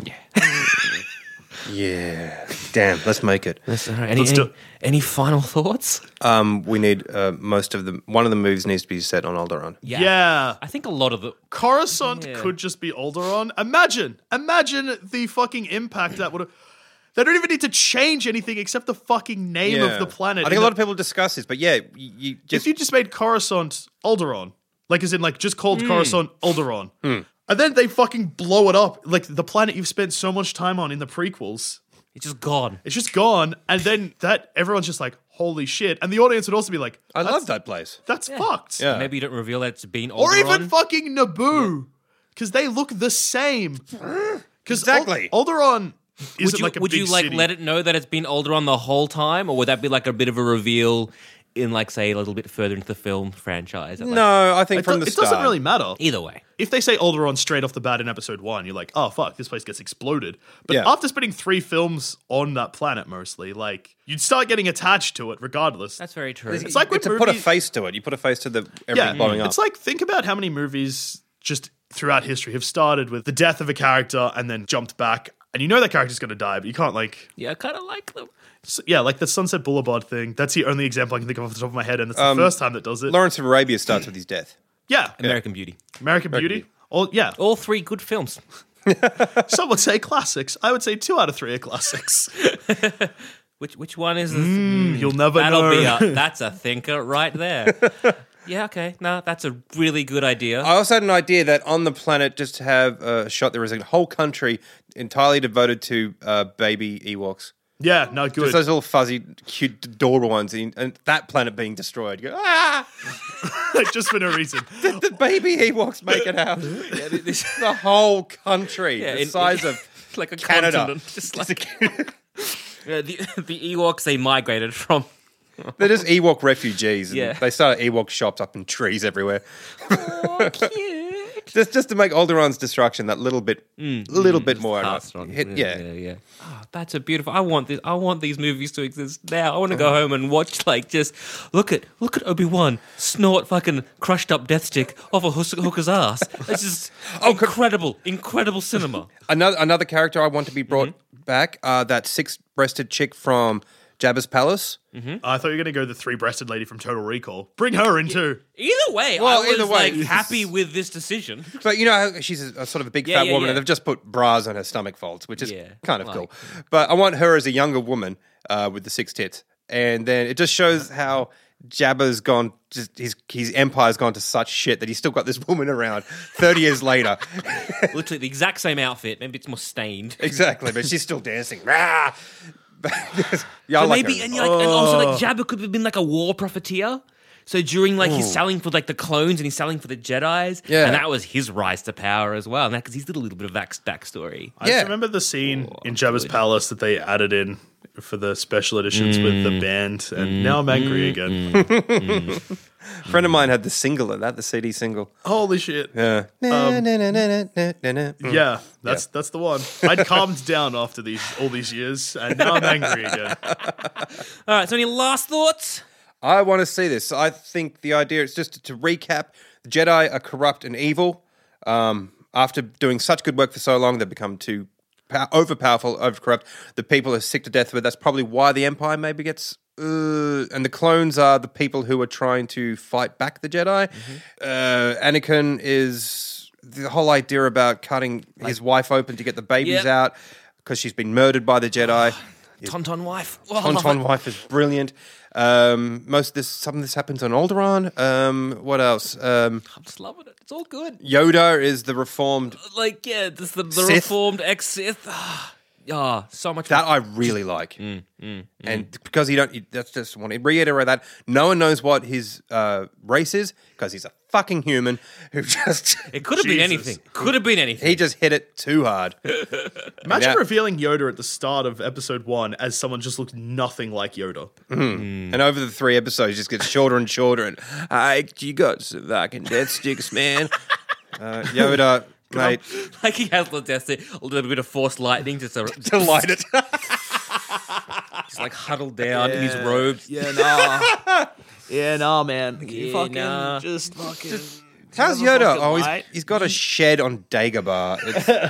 E: yeah. Damn. Let's make it.
D: That's all right. Any,
F: Let's do-
D: any, any final thoughts?
E: Um, we need uh, most of the one of the movies needs to be set on Alderaan.
F: Yeah.
D: I think a lot of the
F: Coruscant could just be Alderaan. Imagine, imagine the fucking impact that would have. They don't even need to change anything except the fucking name
E: Yeah.
F: of the planet.
E: I think a lot of people discuss this, but yeah, you, you just
F: if you just made Coruscant Alderaan, like as in like just called
E: Hmm.
F: Coruscant Alderaan, and then they fucking blow it up, like the planet you've spent so much time on in the prequels,
D: it's just gone.
F: it's just gone, and then that everyone's just like, holy shit, and the audience would also be like,
E: I love that place.
F: that's fucked,
E: Yeah.
D: Maybe you don't reveal that it's been
F: or even
D: Alderaan.
F: fucking Naboo, because they look the same. Because
E: Exactly.
F: Alderaan isn't
D: would you,
F: like a
D: would
F: big
D: you like
F: city.
D: let it know that it's been Alderaan the whole time, or would that be like a bit of a reveal in like say a little bit further into the film franchise? Like,
E: No, I think
F: It,
E: from
F: do-
E: the
F: it
E: start.
F: doesn't really matter.
D: Either way,
F: If they say Alderaan straight off the bat in episode one, you're like, oh fuck, this place gets exploded. But
E: Yeah.
F: after spending three films on that planet mostly, like you'd start getting attached to it regardless.
D: that's very true.
F: It's like when
E: to put a
F: movies-
D: Mm.
E: face to it. You put a face to the everything
F: yeah,
E: blowing up.
F: it's like think about how many movies just throughout history have started with the death of a character and then jumped back. And you know that character's going to die, but you can't, like.
D: Yeah, I kind of like them.
F: s- yeah, like the Sunset Boulevard thing. That's the only example I can think of off the top of my head, and it's
E: Um,
F: the first time that does it.
E: Lawrence of Arabia starts with his death.
F: yeah.
D: American Beauty.
F: American Beauty. All yeah,
D: all three good films.
F: Some would say classics. I would say two out of three are classics.
D: Which which one is?
F: Mm, you'll never
D: That'll
F: know.
D: be a that's a thinker right there. yeah, okay. No, that's a really good idea.
E: I also had an idea that on the planet, just to have a shot, there was a whole country entirely devoted to uh, baby Ewoks.
F: yeah, no
E: Just
F: good.
E: those little fuzzy, cute, adorable ones, and, and that planet being destroyed. You go, ah!
F: Like, just for no reason.
E: the baby Ewoks make it out. the whole country,
D: Yeah,
E: the
D: in-
E: size of
D: like a
E: Canada.
D: continent, just like yeah, the the Ewoks they migrated from.
E: They're just Ewok refugees. And
D: Yeah.
E: They started Ewok shops up in trees everywhere.
D: Oh,
E: just, just to make Alderon's destruction that little bit,
D: Mm,
E: little bit more.
D: passed on.
E: Hit,
D: Yeah,
E: yeah.
D: yeah, Oh, that's a beautiful. I want this. I want these movies to exist now. I want to go home and watch like just look at look at Obi Wan snort fucking crushed up death stick off a hoos- hooker's ass. It's just incredible, incredible cinema.
E: Another another character I want to be brought
D: Mm-hmm.
E: back. Uh, that six-breasted chick from Jabba's palace.
D: Mm-hmm.
F: I thought you were going to go the three-breasted lady from Total Recall. Bring her in too.
D: Either way,
E: Well,
D: I was
E: either way,
D: like happy with this decision.
E: But you know, how she's a, a sort of a big
D: Yeah,
E: fat
D: yeah,
E: woman,
D: yeah.
E: and they've just put bras on her stomach folds, which is
D: Yeah,
E: kind of
D: like-
E: cool. But I want her as a younger woman uh, with the six tits, and then it just shows how Jabba's gone. Just his his empire's gone to such shit that he's still got this woman around thirty years later.
D: Literally the exact same outfit. Maybe it's more stained.
E: exactly, but she's still dancing. Rah! yeah, I
D: So
E: like
D: maybe
E: her.
D: and, you're like, and also like Jabba could have been like a war profiteer. So during like he's selling for like the clones and he's selling for the Jedi's,
E: Hmm. Yeah.
D: and that was his rise to power as well. And that because he's did a little bit of that backstory.
F: I just remember the scene in Jabba's palace that they added in for the special editions with the band, and now I'm angry again.
E: A friend of mine had the single of that, the CD single.
F: Holy shit!
E: Yeah. yeah.
F: Yeah, that's that's the one. I'd calmed down after these all these years, and now I'm angry again.
D: All right. So any last thoughts?
E: I want to see this. I think the idea is just to recap: the Jedi are corrupt and evil. Um, after doing such good work for so long, they become too pow- overpowerful, overcorrupt. The people are sick to death of it. That's probably why the Empire maybe gets. Uh, and the clones are the people who are trying to fight back the Jedi. Uh, Anakin is the whole idea about cutting his wife open to get the babies
D: Yep.
E: out because she's been murdered by the Jedi.
D: Tonton wife. Oh, I love
E: Tonton
D: it.
E: Wife is brilliant. Um, most of this, some of this happens on Alderaan. Um, what else? Um,
D: I'm just loving it. It's all good.
E: Yoda is the reformed.
D: Like yeah, this the, the
E: Sith.
D: reformed ex Sith. Ah, so much
E: That I really like, and because you don't, you- that's just want to reiterate that no one knows what his uh, race is because he's a fucking human who just
D: It could have been anything. Could have been anything.
E: he just hit it too hard.
F: Imagine
E: Yeah.
F: revealing Yoda at the start of episode one as someone just looked nothing like Yoda.
E: And over the three episodes, it just gets shorter and shorter. And I, you got some fucking death sticks, man. uh, Yoda, mate,
D: like he has the death stick, a little bit of force lightning, just, a, just
E: to light it.
D: like huddled down in his robes. Yeah,
B: Yeah, nah, man. You fucking
D: nah.
B: just fucking.
E: How's
B: Have a
E: Yoda?
B: fucking
E: Oh, he's,
B: light.
E: he's got a shed on Dagobah.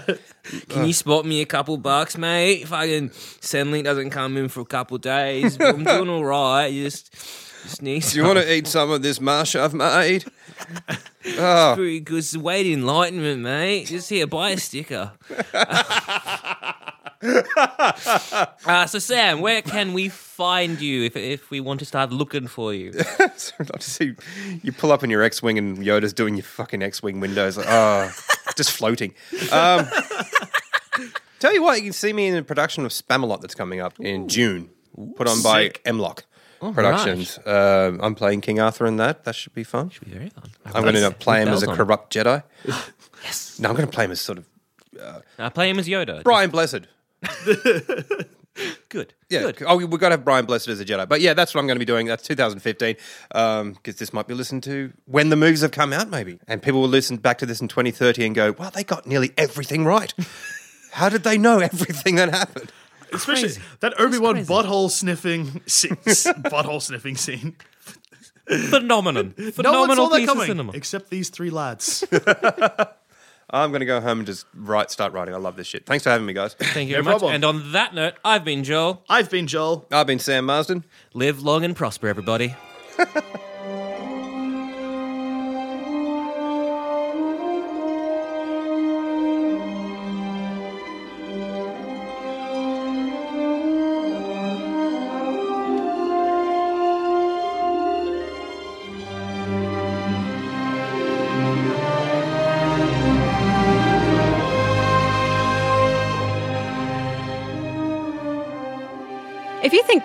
E: It's-
D: Can you spot me a couple bucks, mate? If I can, Semlink doesn't come in for a couple days, but I'm doing all right. You just, just need
E: do you want to eat some of this mush I've made? Oh,
D: pretty good. It's the way to enlightenment, mate. Just here, buy a sticker. uh, so, Sam, where can we find you if, if we want to start looking for you?
E: so I just see you pull up in your X-wing and Yoda's doing your fucking X-wing windows. Like, oh, just floating. Um, tell you what, you can see me in the production of Spamalot that's coming up in June, put on by Mlock Productions. Um, I'm playing King Arthur in that. That should be fun.
D: Very fun.
E: I'm going to play him as a
D: Bells on.
E: corrupt Jedi. yes. No, I'm going to play him as sort of
D: I Uh, play him as Yoda.
E: Brian Blessed.
D: Good.
E: Yeah.
D: Good.
E: Oh, we've got to have Brian Blessed as a Jedi. But yeah, that's what I'm going to be doing. That's 2015. Because um, this might be listened to when the movies have come out, maybe. And people will listen back to this in 2030 and go, wow, they got nearly everything right. How did they know everything that happened?
F: Especially that Obi Wan butthole sniffing scene, butthole sniffing scene.
D: Phenomenon.
F: No one
D: Phenomenal
F: saw that
D: piece of
F: coming
D: cinema.
F: except these three lads.
E: I'm going to go home and just write, start writing. I love this shit. Thanks for having me, guys.
D: Thank you very much. And on that note, I've been Joel.
F: I've been Joel.
E: I've been Sam Marsden.
D: Live long and prosper, everybody.
C: If you think